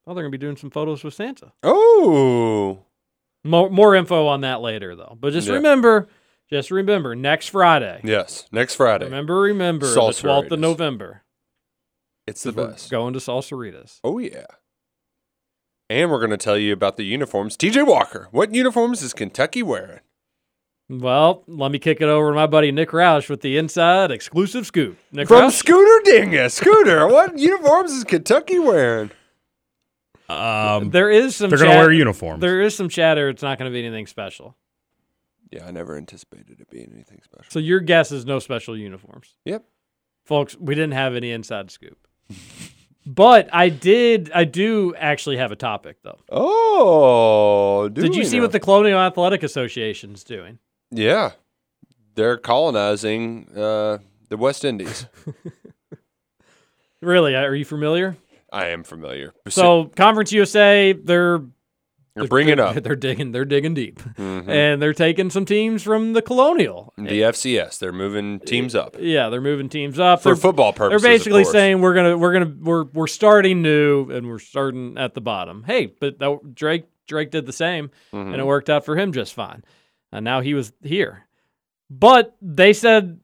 well, they're gonna be doing some photos with Santa.
Oh.
More, more info on that later though. But just
Yeah.
remember, just remember next Friday.
Yes. Next Friday.
Remember, remember the twelfth
Salsaritas.
of November.
it's the
We're
best.
going to Salsaritas.
Oh yeah. And we're going to tell you about the uniforms. TJ Walker, what uniforms is Kentucky wearing?
Well, let me kick it over to my buddy Nick Roush with the inside exclusive scoop. Nick
From
Roush.
Scooter Dingus. Scooter, what uniforms is Kentucky wearing?
um,
There is some.
They're gonna
chat-
wear uniforms.
There is some chatter. It's not going to be anything special.
Yeah, I never anticipated it being anything special.
So your guess is no special uniforms,
Yep.
folks. We didn't have any inside scoop, but I did. I do actually have a topic though.
Oh, do
did you
we
see
know?
what the Colonial Athletic Association's doing?
Yeah, they're colonizing uh, the West Indies.
Really? Are you familiar?
I am familiar.
So Conference USA, they're
You're bringing
they're-
up Mm-hmm.
They're digging. They're digging deep, and they're taking some teams from the Colonial.
the FCS. They're moving teams up
Yeah, Uh, they're moving teams up
for
They're-
football purposes.
They're
of
basically
course.
saying we're gonna we're gonna we're we're starting new and we're starting at the bottom. Hey, but that, Drake Drake did the same
Mm-hmm.
and it worked out for him just fine. And now he was here, but they said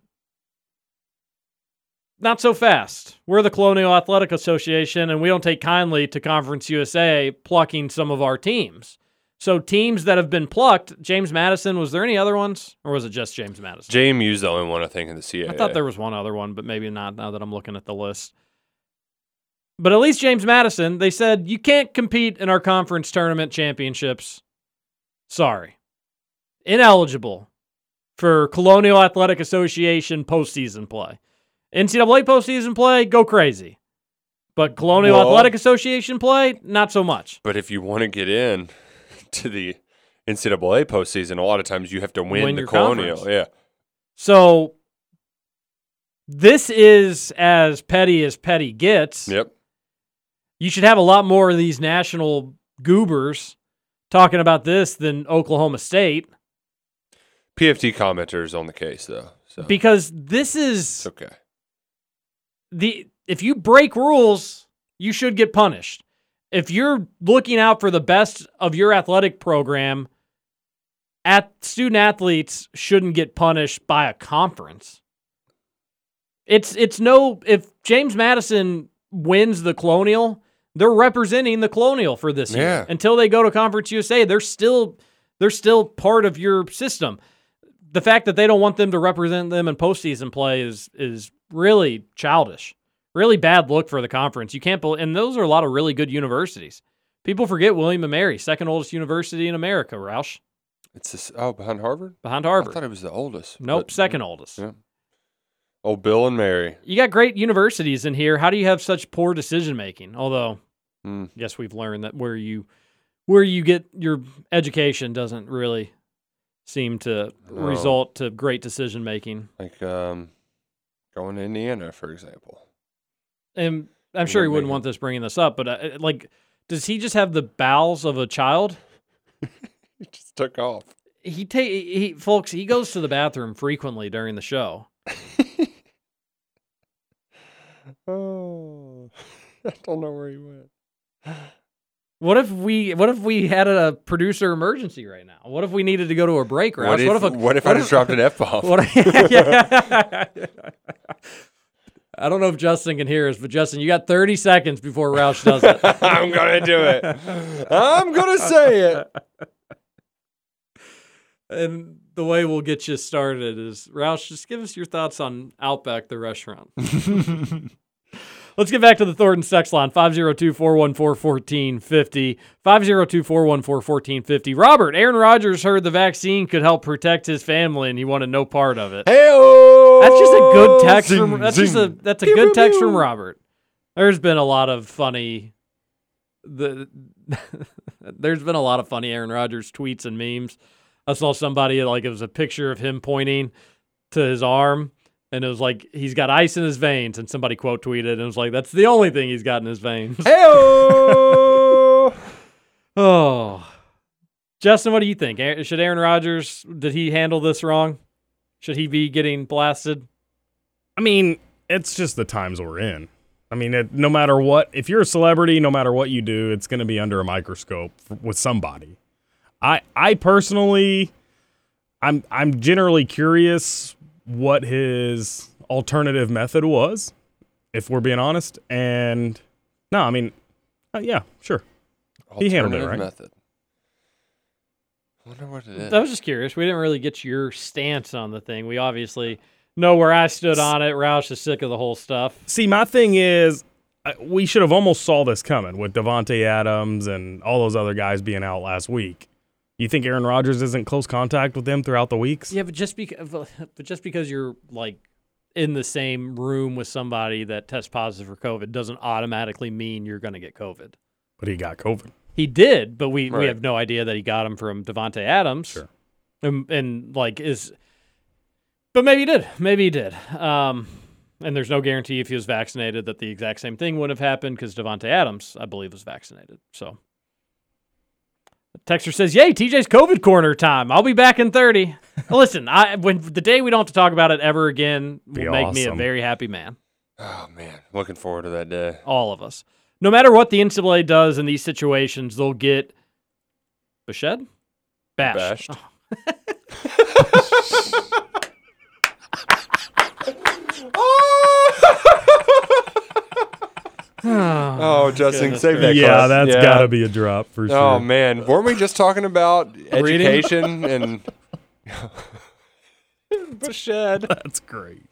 not so fast. We're the Colonial Athletic Association, and we don't take kindly to Conference USA plucking some of our teams. So teams that have been plucked, James Madison. Was there any other ones, or was it just James Madison?
JMU's the only one I think in the CAA.
I thought there was one other one, but maybe not now that I'm looking at the list. But at least James Madison, they said you can't compete in our conference tournament championships. Sorry. Ineligible for Colonial Athletic Association postseason play. NCAA postseason play, go crazy. But Colonial
Well-
Athletic Association play, not so much.
But if you want to get in to the NCAA postseason, a lot of times you have to win,
Win
the
your
Colonial.
conference.
Yeah.
So this is as petty as petty gets.
Yep.
you should have a lot more of these national goobers talking about this than Oklahoma State
PFT commenters on the case though. So
because this
it's
is
okay.
the if you break rules, you should get punished. If you're looking out for the best of your athletic program, at student athletes shouldn't get punished by a conference. It's it's no if James Madison wins the Colonial, they're representing the Colonial for this
Yeah.
year. Until they go to Conference USA, they're still they're still part of your system. The fact that they don't want them to represent them in postseason play is is really childish. Really bad look for the conference. You can't believe, and those are a lot of really good universities. People forget William and Mary, second oldest university in America, Roush,
It's this, oh behind Harvard.
behind
I
Harvard.
thought it was the oldest.
nope,
but-
second oldest.
Yeah. Oh, Bill and Mary.
You got great universities in here. How do you have such poor decision making? Although,
Hmm.
I guess we've learned that where you where you get your education doesn't really seem to
No.
result to great decision making.
Like um, going to Indiana, for example.
And I'm sure he wouldn't want this bringing this up, but uh, like, does he just have the bowels of a child?
He just took off.
He ta- he folks, he goes to the bathroom frequently during the show.
Oh, I don't know where he went.
What if we what if we had a producer emergency right now? What if we needed to go to a break, Roush?
What if,
a-
what if I just dropped an F bomb?
What yeah. I don't know if Justin can hear us, but Justin, you got 30 seconds before Roush does it.
I'm gonna do it. I'm gonna say it.
and the way we'll get you started is Roush, just give us your thoughts on Outback, the restaurant. Let's get back to the Thornton sex line 502 414 1450. 502 414 1450. Robert, Aaron Rodgers heard the vaccine could help protect his family and he wanted no part of it.
Hey,
That's just a good text from that's just a that's a good text from Robert. There's been a lot of funny the there's been a lot of funny Aaron Rodgers tweets and memes. I saw somebody like it was a picture of him pointing to his arm and it was like he's got ice in his veins and somebody quote tweeted and it was like that's the only thing he's got in his veins.
Hey,
Oh. Justin, what do you think? Aaron- Should Aaron Rodgers did he handle this wrong? Should he be getting blasted?
I mean, it's just the times we're in. I mean, it, no matter what, if you're a celebrity, no matter what you do, it's going to be under a microscope f- with somebody. I, I personally, I'm, I'm generally curious what his alternative method was, if we're being honest. And no, I mean, uh, yeah, sure. He handled it,
Alternative
right?
Method. I wonder what it is.
I was just curious. We didn't really get your stance on the thing. We obviously know where I stood on it. Roush is sick of the whole stuff.
See, my thing is, uh, we should have almost saw this coming with Devonte Adams and all those other guys being out last week. You think Aaron Rodgers isn't close contact with them throughout the weeks?
Yeah, but just because, but just because you're like in the same room with somebody that tests positive for COVID doesn't automatically mean you're going to get COVID.
But he got COVID.
He did, but we, we
Right.
have no idea that he got him from Devonte Adams.
Sure.
And, and like is, but maybe he did. Maybe he did. Um, and there's no guarantee if he was vaccinated that the exact same thing would have happened because Devonte Adams, I believe, was vaccinated. So. Texter says, "Yay, TJ's COVID corner time. I'll be back in 30." Listen, I when the day we don't have to talk about it ever again will
Be
make me a
awesome.
very happy man
oh man, looking forward to that day.
all of us. No matter what the NCAA does in these situations, they'll get bashed, bashed.
Bashed. Oh, Justin,
goodness
save that.
Yeah,
that's
that's got to be a drop for sure.
Oh man, weren't we just talking about
Reading?
education and? Bashed.
That's great.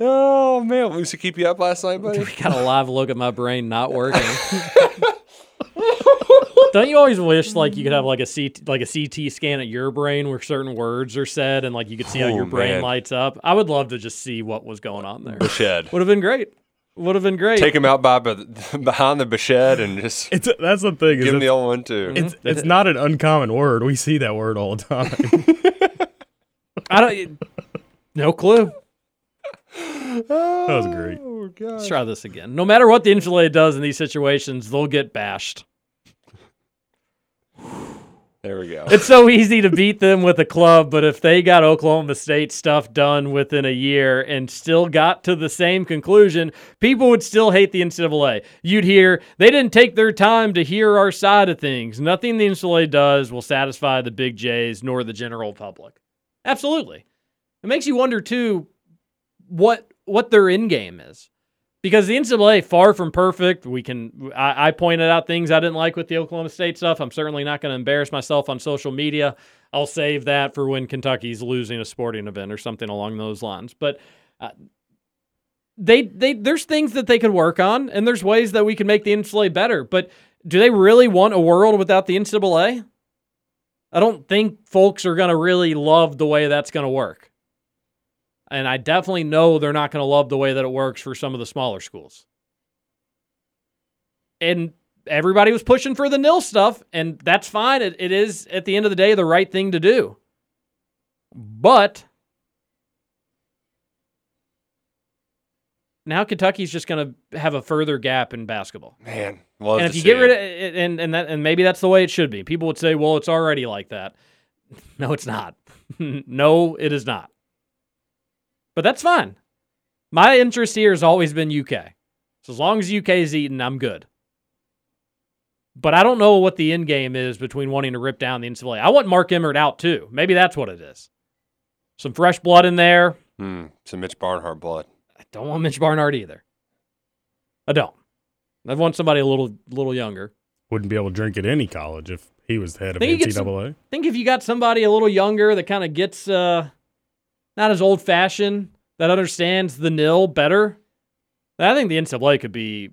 Oh man, we used to keep you up last night, buddy.
Got a live look at my brain not working. Don't you always wish like you could have like a CT, like a CT scan at your brain where certain words are said and like you could see how
Oh,
your brain
man.
lights up? I would love to just see what was going on there.
Bashed.
Would have been great. Would have been great.
Take him out by behind the bashed and just
It's that's the thing. Is
give him
it's,
the old one too.
it's, it's not an uncommon word. We see that word all the time.
I don't. No clue.
that was great.
Let's try this again. No matter what the NCAA does in these situations, they'll get bashed.
There we go.
It's so easy to beat them with a club, but if they got Oklahoma State stuff done within a year and still got to the same conclusion, people would still hate the NCAA. You'd hear they didn't take their time to hear our side of things. Nothing the NCAA does will satisfy the big J's nor the general public. Absolutely. It makes you wonder too what what their end game is because the NCAA far from perfect. We can I, I pointed out things I didn't like with the Oklahoma State stuff. I'm certainly not going to embarrass myself on social media. I'll save that for when Kentucky's losing a sporting event or something along those lines. But uh, they they there's things that they could work on, and there's ways that we can make the NCAA better. But do they really want a world without the NCAA? I don't think folks are gonna really love the way that's gonna work. And I definitely know they're not gonna love the way that it works for some of the smaller schools. And everybody was pushing for the nil stuff, and that's fine. It, it is at the end of the day the right thing to do. But now Kentucky's just going to have a further gap in basketball.
Man, love
and
to
if you
see
get rid
it.
of it, and and that and maybe that's the way it should be. People would say, "Well, it's already like that." No, it's not. no, it is not. But that's fine. My interest here has always been UK. So as long as UK is eaten, I'm good. But I don't know what the end game is between wanting to rip down the NCAA. I want Mark Emmert out too. Maybe that's what it is. Some fresh blood in there.
Hmm, some Mitch Barnhart blood.
I don't want Mitch Barnard either. I don't. I want somebody a little little younger.
Wouldn't be able to drink at any college if he was the head of
Think he gets some-
NCAA.
think if you got somebody a little younger that kind of gets uh, not as old fashioned, that understands the nil better, then I think the NCAA could be.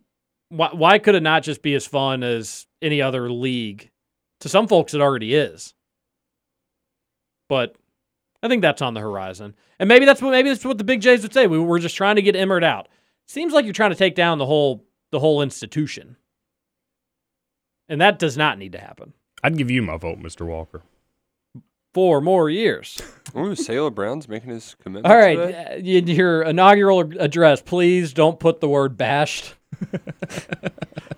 Why, why could it not just be as fun as any other league? To some folks, it already is. But I think that's on the horizon, and maybe that's what maybe that's what the Big Jays would say. We were just trying to get Emmert out. Seems like you're trying to take down the whole the whole institution, and that does not need to happen
I'd give you my vote, Mr. Walker.
four more years.
Ooh, Sailor Brown's making his commitment.
All right,
today.
uh, in your inaugural address, please don't put the word bashed.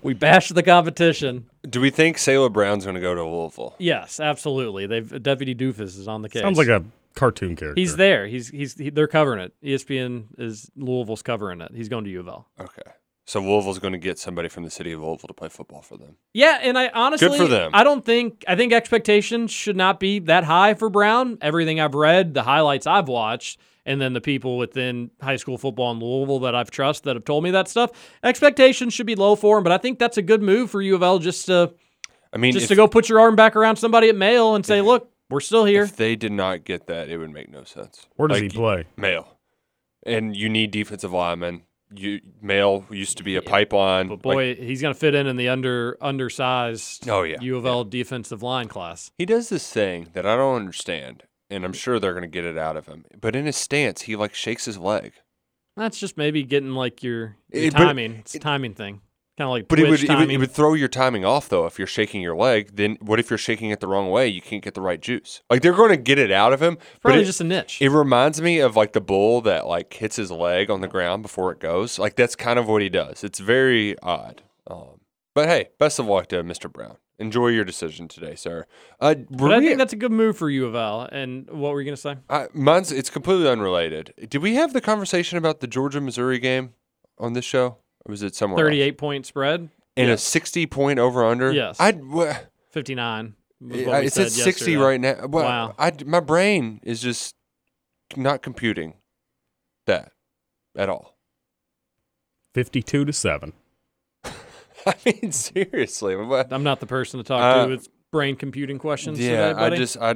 we bashed the competition.
Do we think Sailor Brown's going to go to Louisville?
Yes, absolutely. They've Deputy Doofus is on the case.
Sounds like a cartoon character.
he's there. He's he's he, they're covering it. E ESPN is Louisville's covering it. He's going to U of L.
Okay. So Louisville's going to get somebody from the city of Louisville to play football for them.
Yeah, and I honestly,
them.
I don't think I think expectations should not be that high for Brown. Everything I've read, the highlights I've watched, and then the people within high school football in Louisville that I've trust that have told me that stuff, expectations should be low for him. But I think that's a good move for U of L just to
I mean,
just
if,
to go put your arm back around somebody at Mail and say, look, we're still here.
if they did not get that, it would make no sense.
Where does he
Like,
play?
Male. And you need defensive linemen. You male used to be a pipeline.
But
Like,
boy, he's gonna fit in in the under undersized
Oh, yeah,
U of L defensive line class.
he does this thing that I don't understand, and I'm sure they're going to get it out of him. But in his stance, he like shakes his leg.
That's just maybe getting like your, your
It- but-
timing. it's a timing thing. Kind of like
But it
Twitch
would, it would
timing.
it would throw your timing off though if you're shaking your leg. Then what if you're shaking it the wrong way? You can't get the right juice. Like they're going to get it out of him. but
Probably
it,
just a niche.
It reminds me of like the bull that like hits his leg on the ground before it goes. Like that's kind of what he does. It's very odd. Um, but hey, best of luck to Mr. Brown. Enjoy your decision today, sir. Uh, were
But I
we-
think that's a good move for U of L. And what were you going to say?
I, mine's it's completely unrelated. Did we have the conversation about the Georgia Missouri game on this show? Or was it somewhere? else?
Thirty-eight point spread,
and a sixty point over under.
Yes.
I. would
fifty-nine. was what we
It's at
said
sixty
yesterday.
right now. Well,
Wow.
I my brain is just not computing that at all.
52 to 7.
I mean, seriously. What?
I'm not the person to talk
Uh,
to with brain computing questions.
Yeah,
today,
I
buddy.
just I.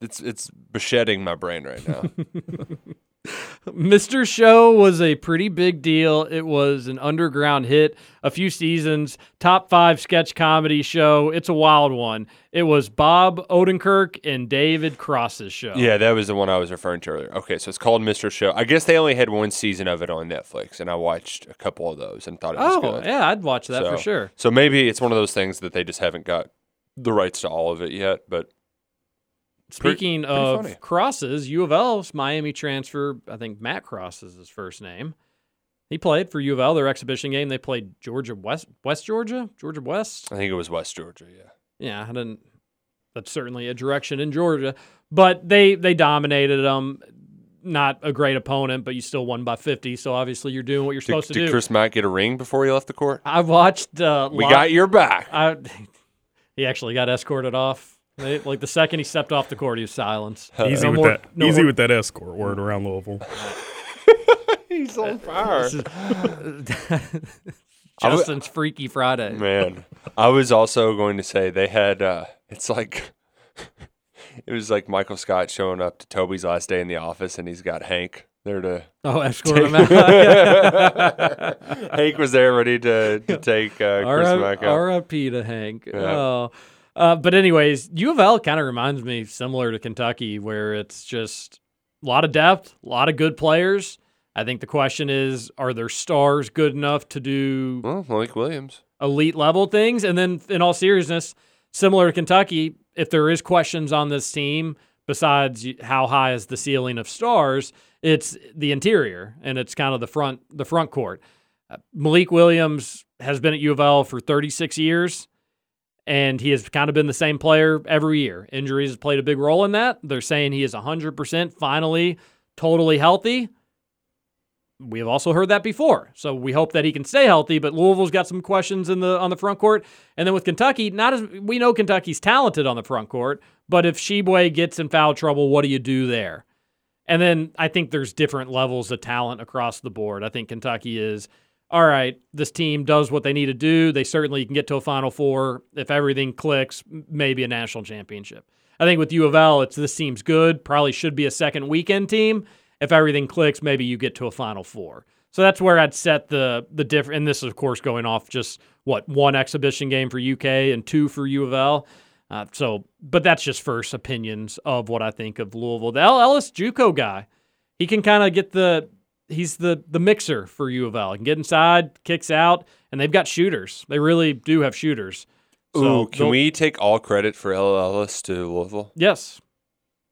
It's it's beshedding my brain right now.
Mr. Show was a pretty big deal. It was an underground hit, a few seasons, top five sketch comedy show. It's a wild one. It was Bob Odenkirk and David Cross's show.
yeah, that was the one I was referring to earlier. Okay, so it's called Mr. Show. I guess they only had one season of it on Netflix, and I watched a couple of those and thought it was
Oh,
good.
yeah, I'd watch that for
So-
sure.
So maybe it's one of those things that they just haven't got the rights to all of it yet. But Pre-
Speaking
pretty
of
funny.
crosses, U of L's Miami transfer, I think Matt Cross is his first name. He played for U of L, their exhibition game. They played Georgia West, West Georgia, Georgia West.
I think it was West Georgia. Yeah.
Yeah, I didn't. That's certainly a direction in Georgia, but they they dominated them. Not a great opponent, but you still won by fifty. So obviously you're doing what you're
Did,
supposed to
did
do.
Chris Mack get a ring before he left the court?
I watched. Uh,
We
live-
got your back.
I, he actually got escorted off. They- like the second he stepped off the court, he was silenced.
Easy
Uh, No
with
more-
that.
no
easy
more-
with that escort word around Louisville.
He's on fire. w-
Justin's Freaky Friday.
Man, I was also going to say they had. Uh, it's like it was like Michael Scott showing up to Toby's last day in the office, and he's got Hank there to.
Oh, escort him out.
Hank was there ready to, to take uh, Chris Mack out.
R.I.P. to Hank.
Yeah.
Oh. Uh, but anyways, U of L kind of reminds me similar to Kentucky, where it's just a lot of depth, a lot of good players. I think the question is, are their stars good enough to do
Well, Malik Williams.
elite level things. And then, in all seriousness, similar to Kentucky, if there is questions on this team besides y- how high is the ceiling of stars, it's the interior and it's kind of the front the front court. Uh, Malik Williams has been at U of L for 36 years. And he has kind of been the same player every year. Injuries have played a big role in that. They're saying he is 100% finally totally healthy we have also heard that before. So we hope that he can stay healthy. But Louisville's got some questions in the on the front court, and then with Kentucky, not as we know Kentucky's talented on the front court. But if Sheboy gets in foul trouble, what do you do there? And then I think there's different levels of talent across the board. I think Kentucky is all right. This team does what they need to do. They certainly can get to a Final Four if everything clicks. m- Maybe a national championship. I think with U of L, it's this team's good. Probably should be a second weekend team. If everything clicks, maybe you get to a Final Four. So that's where I'd set the the different. And this is of course going off just what one exhibition game for UK and two for U of L. Uh, so, but that's just first opinions of what I think of Louisville. The L- Ellis JUCO guy, he can kind of get the he's the the mixer for U of L. He can get inside, kicks out, and they've got shooters. They really do have shooters. So
Ooh, can
they'll-
we take all credit for LLS to Louisville?
Yes,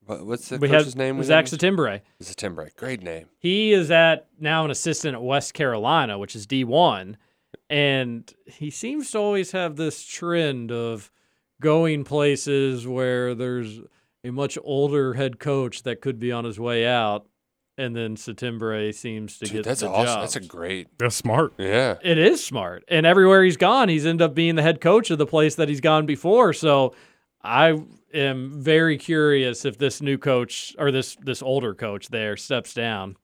What, what's the
we
coach's
have
name?
Zach Timbre.
September. Great name.
He is at now an assistant at West Carolina, which is D1, and he seems to always have this trend of going places where there's a much older head coach that could be on his way out, and then September seems to
Dude,
get
that's
the
awesome.
job.
That's a great.
That's smart.
Yeah.
It is smart. And everywhere he's gone, he's ended up being the head coach of the place that he's gone before. So I am very curious if this new coach or this this older coach there steps down.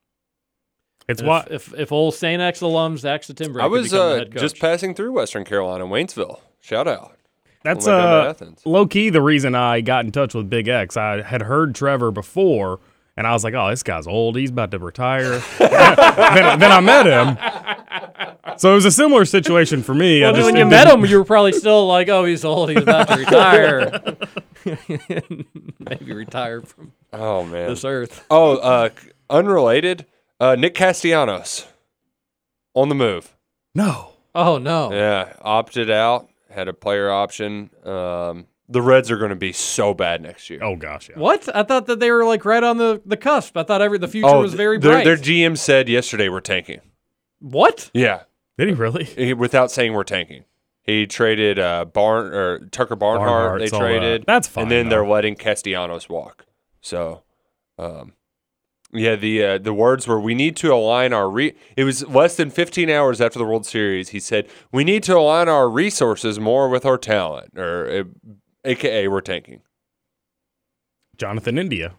It's
And
why
if, if if old St. X alums Axe to Timber,
I was
become the
uh,
head coach.
just passing through Western Carolina, Waynesville. Shout out.
That's
Well, they go to
uh,
Athens.
low key the reason I got in touch with Big X. I had heard Trevor before, and I was like, "Oh, this guy's old. He's about to retire." then, then I met him, so it was a similar situation for me. I
well,
just
when you
didn't-
met him, you were probably still like, "Oh, he's old. He's about to retire. Maybe retire from
Oh man.
this earth."
Oh, uh, c- unrelated. Uh, Nick Castellanos on the move.
No,
Oh no!
Yeah, opted out. Had a player option. Um, the Reds are going to be so bad next year.
oh gosh, yeah.
What? I thought that they were like right on the, the cusp. I thought every the future
Oh,
was very
their,
bright.
their GM said yesterday we're tanking.
what?
Yeah,
did he really?
he- without saying we're tanking. He traded uh, Barn or Tucker Barnhart.
Barnhart's
they
all, uh,
traded.
that's fine,
And then they're
though.
letting Castellanos walk. So, um, yeah, the uh, the words were we need to align our re. It was less than 15 hours after the World Series. He said we need to align our resources more with our talent, or uh, AKA we're tanking.
Jonathan India,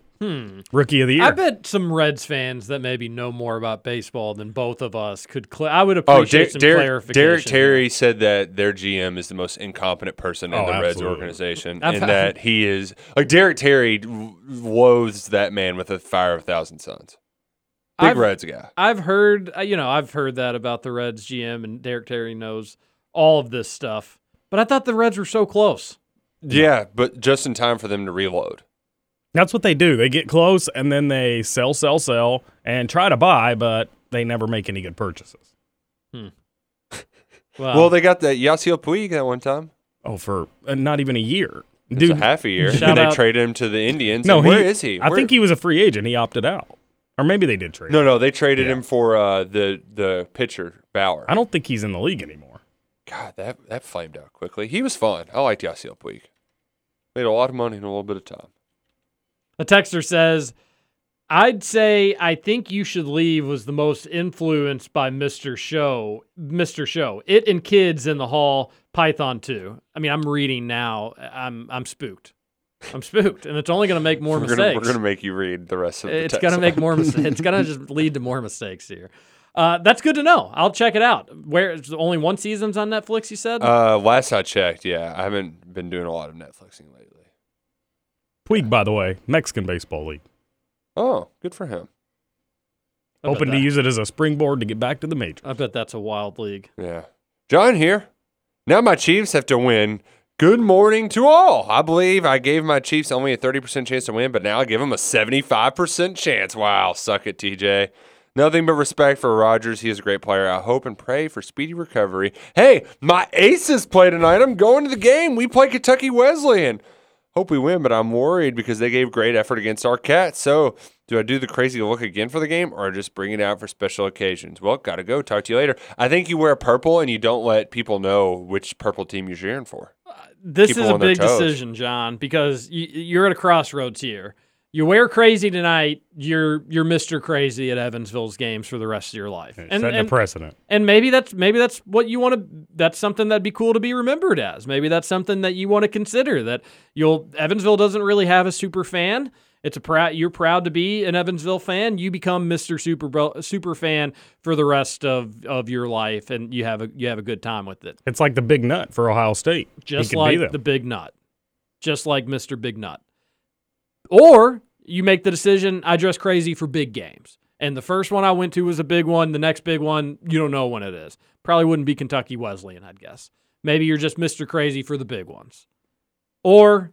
rookie of the year.
Hmm. I bet some Reds fans that maybe know more about baseball than both of us could. Cl- I would
Oh,
appreciate
Der-
some
Derek,
clarification.
Derek Terry said that their GM is the most incompetent person in
Oh,
the Reds
absolutely.
organization,
I've-
and that he is like Derek Terry w- loathes that man with a fire of a thousand suns. Big
I've-
Reds guy.
I've heard, uh, you know, I've heard that about the Reds GM, and Derek Terry knows all of this stuff. But I thought the Reds were so close.
Yeah, but just in time for them to reload.
That's what they do. They get close and then they sell, sell, sell, and try to buy, but they never make any good purchases.
Well,
well, they got that Yasiel Puig that one time.
Oh, for uh, not even a year,
It was
dude.
a half a year.
Shout
and they
out-
traded him to the Indians.
no,
and where
he,
is he?
I
Where-
think he was a free agent. He opted out, or maybe they did trade.
No,
him.
no, they traded him for uh, the the pitcher Bauer.
I don't think he's in the league anymore.
God, that that flamed out quickly. He was fun. I liked Yasiel Puig. Made a lot of money in a little bit of time.
a texter says, "I'd say I think you should leave." Was the most influenced by Mister Show. Mister Show, it and kids in the hall. Python two. I mean, I'm reading now. I'm I'm spooked. I'm spooked, and it's only going to make more
we're
mistakes.
Gonna, we're gonna make you read the rest of the
it's
text
gonna make
line.
more mistakes. It's gonna just lead to more mistakes here. Uh, that's good to know. I'll check it out. Where it's only one season's on Netflix? You said.
Uh, last I checked, yeah, I haven't been doing a lot of Netflixing lately.
Puig, by the way, Mexican baseball league.
Oh, good for him.
I bet
hoping to
that-
use it as a springboard to get back to the major.
I bet that's a wild league.
Yeah. John here. Now my Chiefs have to win. Good morning to all. I believe I gave my Chiefs only a 30% chance to win, but now I give them a 75% chance. Wow, suck it, TJ. Nothing but respect for Rodgers. He is a great player. I hope and pray for speedy recovery. Hey, my Aces play tonight. I'm going to the game. We play Kentucky Wesleyan. Hope we win, but I'm worried because they gave great effort against our cat. So, do I do the crazy look again for the game or just bring it out for special occasions? Well, gotta go. Talk to you later. I think you wear purple and you don't let people know which purple team you're cheering for.
This
Keep
is
them
a
on their
big
toes.
decision, John, because you, you're at a crossroads here. You wear crazy tonight. You're you're Mr. Crazy at Evansville's games for the rest of your life. And,
Setting
and,
a precedent.
and maybe that's maybe that's what you want to. That's something that'd be cool to be remembered as. Maybe that's something that you want to consider. That you'll Evansville doesn't really have a super fan. It's a proud. You're proud to be an Evansville fan. You become Mr. Super Bro- Super Fan for the rest of, of your life, and you have a you have a good time with it
It's like the big nut for Ohio State. He
just
could be
like
them.
the big nut, just like Mr. Big Nut. Or you make the decision, I dress crazy for big games. And the first one I went to was a big one. The next big one, you don't know when it is. Probably wouldn't be Kentucky Wesleyan, I'd guess. Maybe you're just Mr. Crazy for the big ones. Or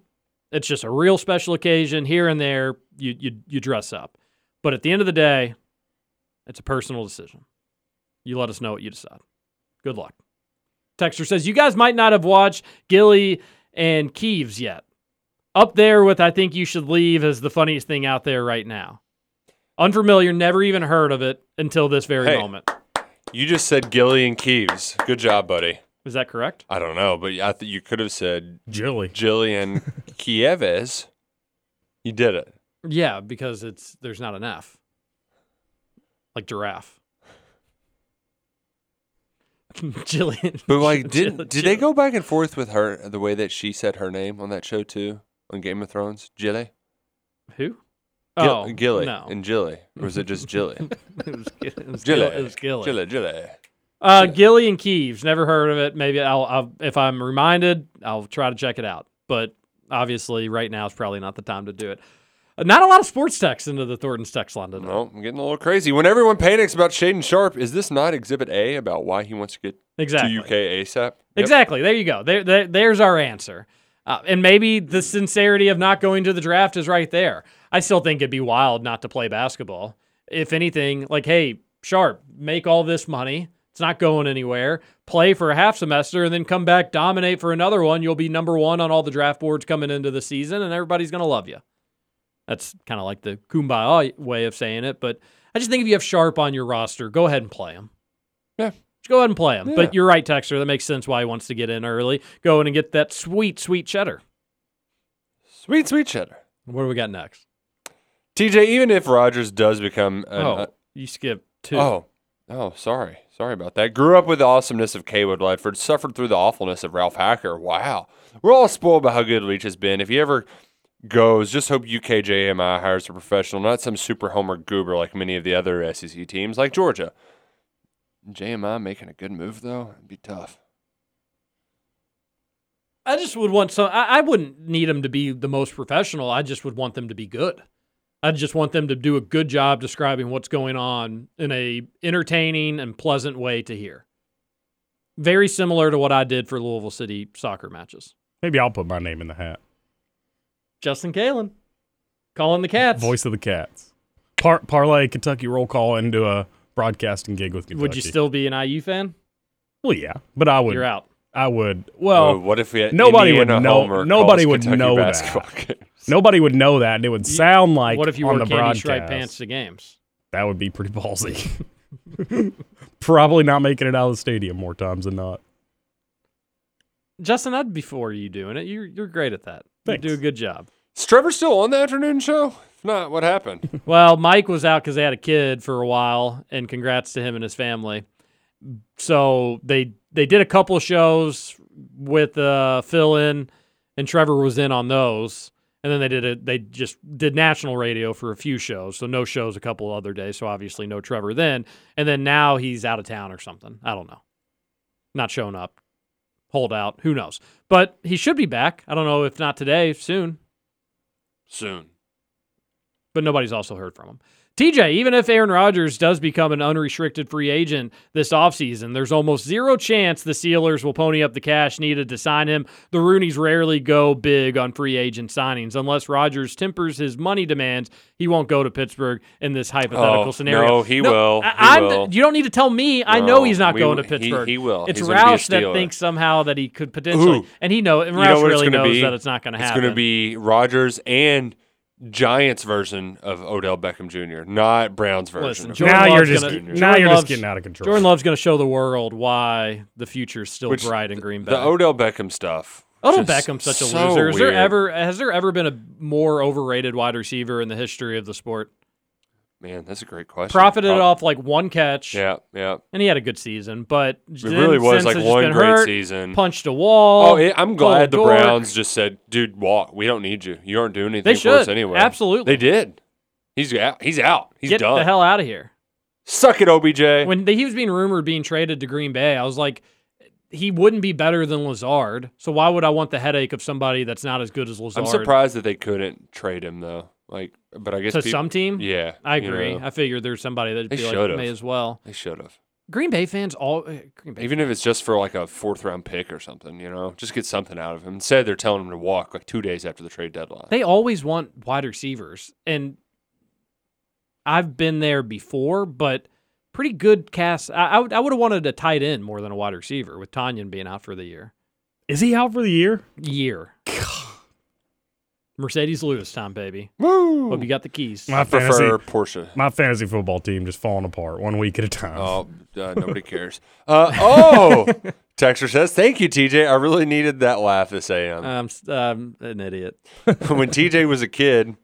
it's just a real special occasion here and there, you, you, you dress up. But at the end of the day, it's a personal decision. You let us know what you decide. Good luck. Texter says, You guys might not have watched Gilly and Keeves yet. Up there with I Think You Should Leave is the funniest thing out there right now. Unfamiliar, never even heard of it until this very
Hey.
moment.
You just said Gilly and Keeves. Good job, buddy.
Is that correct?
I don't know, but I th- you could have said
Jilly.
Jillian Kieves. You did it.
Yeah, because it's there's not an F. Like giraffe. Jillian.
But like, did
Jill-
did they
Jill-
go back and forth with her the way that she said her name on that show too on Game of Thrones? Jilly,
Who?
Gil-
oh,
Gilly,
No.
and Jilly, or was it just Jilly?
it was, Gil- it was Gil-
Jilly,
it was Gilly.
Jilly, Jilly.
Uh, Gilly and Keeves. Never heard of it. Maybe I'll, I'll if I'm reminded, I'll try to check it out. But obviously, right now is probably not the time to do it. Uh, Not a lot of sports texts into the Thornton's text line today.
No, I'm getting a little crazy. When everyone panics about Shaden Sharp, is this not Exhibit A about why he wants to get
Exactly.
to UK ASAP? Yep.
Exactly. There you go. There, there there's our answer. Uh, and maybe the sincerity of not going to the draft is right there. I still think it'd be wild not to play basketball. If anything, like, hey, Sharp, make all this money. It's not going anywhere. Play for a half semester and then come back, dominate for another one. You'll be number one on all the draft boards coming into the season, and everybody's going to love you. That's kind of like the kumbaya way of saying it. But I just think if you have Sharp on your roster, go ahead and play him.
Yeah.
Just go ahead and play him.
Yeah.
But you're right, Texter. That makes sense why he wants to get in early. Go in and get that sweet, sweet cheddar.
Sweet, sweet cheddar.
What do we got next?
TJ, even if Rogers does become an,
oh, you skipped two.
Oh, oh, sorry, sorry about that. Grew up with the awesomeness of Kaywood Ledford, suffered through the awfulness of Ralph Hacker. Wow, we're all spoiled by how good Leach has been. If he ever goes, just hope UKJMI hires a professional, not some super homer goober like many of the other SEC teams, like Georgia. JMI making a good move though, it'd be tough.
I just would want some. I, I wouldn't need them to be the most professional. I just would want them to be good. I just want them to do a good job describing what's going on in a entertaining and pleasant way to hear. Very similar to what I did for Louisville City soccer matches.
Maybe I'll put my name in the hat.
Justin Kalen calling the cats.
Voice of the Cats. Par- parlay Kentucky roll call into a broadcasting gig with Kentucky.
Would you still be an IU fan?
Well, yeah, but I would.
You're out.
I would. Well,
Ooh, what if we had
nobody would
Indiana
know-
Homer
nobody
calls
would
Kentucky
know that.
basketball games?
nobody would know that, and it would sound like
what if you
on
wore
the
candy
broadcast.
striped pants to games?
That would be pretty ballsy. Probably not making it out of the stadium more times than not.
Justin, I'd be for you doing it. You're you're great at that.
Thanks.
You do a good job.
Is Trevor still on the afternoon show? If not, what happened?
Well, Mike was out because they had a kid for a while, and congrats to him and his family. So they they did a couple of shows with uh, Phil in, and Trevor was in on those, and then they did a they just did national radio for a few shows, so no shows a couple other days. So obviously no Trevor then, and then now he's out of town or something. I don't know, not showing up, hold out, who knows? But he should be back. I don't know if not today, soon
Soon.
but nobody's also heard from him. TJ, even if Aaron Rodgers does become an unrestricted free agent this offseason, there's almost zero chance the Steelers will pony up the cash needed to sign him. The Roonies rarely go big on free agent signings. Unless Rodgers tempers his money demands, he won't go to Pittsburgh in this hypothetical
Oh,
scenario.
no, he will.
I-
He
I'm the-
will.
you don't need to tell me. I
No,
know he's not
we-
going to
he-
Pittsburgh.
he will.
It's
He's gonna be a
Roush that
Steeler.
thinks somehow that he could potentially,
Ooh.
and he know, and
you know
Roush
what
really
it's going
knows
to be?
that it's not going to happen.
It's going to be Rodgers and Giants version of Odell Beckham Jr., not Browns version.
Listen,
of
Jordan
now you're
Love's
just
gonna-
now
Jordan
you're just
Love's-
getting out of control.
Jordan Love's going to show the world why the future's still
Which-
bright in Green Bay.
the Odell Beckham stuff.
Odell
just
Beckham's such a
so
loser. Is
weird.
there ever has there ever been a more overrated wide receiver in the history of the sport?
Man, that's a great question.
Profited
Prob-
off like one catch,
Yeah, yeah.
and he had a good season, but it
really was, like, one great season.
Punched a wall.
Oh, yeah, I'm
cold
glad the
dork.
Browns just said, "Dude, walk. We don't need you. You aren't doing anything
They
for us
should.
anyway."
Absolutely.
they did. He's out. He's out. He's
get
done.
the hell out of here.
Suck it, OBJ.
When the, he was being rumored being traded to Green Bay, I was like, he wouldn't be better than Lazard. So why would I want the headache of somebody that's not as good as Lazard?
I'm surprised that they couldn't trade him though. Like, but I guess
to
peop-
some team.
Yeah,
I
you
agree.
know,
I figured there's somebody that'd
They
be like,
should've.
may as well.
they should have.
Green Bay fans all uh, Green Bay.
Even if it's just for like a fourth round pick or something, you know, just get something out of him. Instead, they're telling him to walk like two days after the trade deadline.
They always want wide receivers, and I've been there before, but pretty good cast. I I, would- I would have wanted a tight end more than a wide receiver with Tanyan being out for the year.
Is he out for the year?
Year. Mercedes Lewis time, baby.
Woo!
Hope you got the keys.
My fantasy,
prefer Porsche.
my fantasy football team just falling apart one week at a time.
Oh, uh, nobody cares. Uh, oh, Texter says, "Thank you, TJ. I really needed that laugh this AM."
Um, I'm, s- I'm an idiot. Uh.
when TJ was a kid,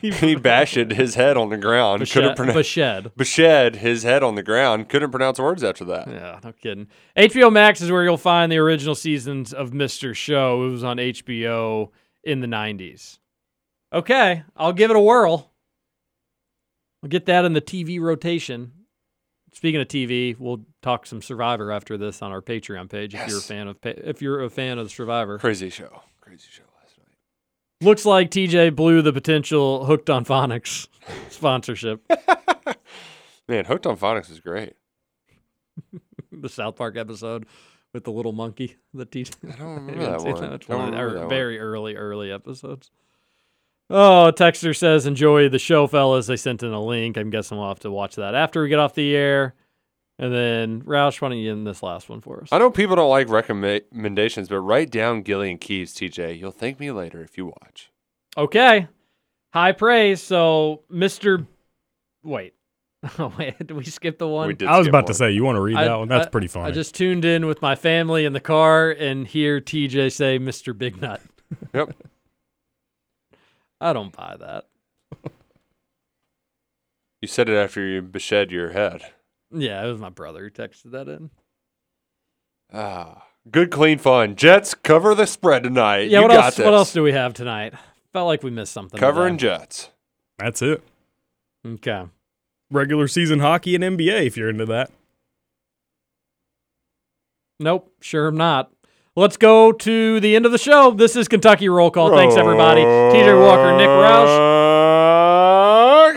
he bashed his head on the ground. couldn't
Bashed.
pronounce
Bashed.
Bashed his head on the ground. Couldn't pronounce words after that.
Yeah, no kidding. HBO Max is where you'll find the original seasons of Mr. Show. It was on HBO in the 90s. Okay, I'll give it a whirl. We'll get that in the TV rotation. Speaking of TV, we'll talk some Survivor after this on our Patreon page if you're a
Yes.
fan of pa- if you're a fan of Survivor.
Crazy show. Crazy show last night.
Looks like TJ blew the potential hooked on phonics sponsorship.
Man, Hooked on Phonics is great.
the South Park episode with the little monkey that teaches. I
don't remember that one.
It's
I don't
one of the
remember that
ear-
one.
very early, early episodes. Oh, Texter says, enjoy the show, fellas. They sent in a link. I'm guessing we'll have to watch that after we get off the air. And then, Roush, why don't you end this last one for us?
I know people don't like recommendations, but write down Gillian Keeves, TJ. You'll thank me later if you watch.
Okay. High praise. So, Mr. Wait. Oh, wait. Did we skip the one?
We did
I was
skip
about to
one.
say, you want to read
I-
that one? That's
I-
pretty funny.
I just tuned in with my family in the car and hear TJ say, Mr. Big Nut.
Yep.
I don't buy that.
You said it after you Bashed your head.
Yeah, it was my brother who texted that in.
Ah, good, clean fun. Jets cover the spread tonight.
Yeah,
you
what
got
else?
This.
What else do we have tonight? Felt like we missed something.
Covering
today.
Jets.
That's it.
Okay.
Regular season hockey and NBA, if you're into that.
Nope. Sure, I'm not. Let's go to the end of the show. This is Kentucky Roll Call. Thanks everybody. TJ Walker, Nick Roush,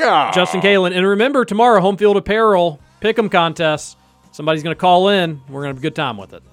Roush.
Justin Kalen, and remember tomorrow home field apparel pick'em contest. Somebody's gonna call in. We're gonna have a good time with it.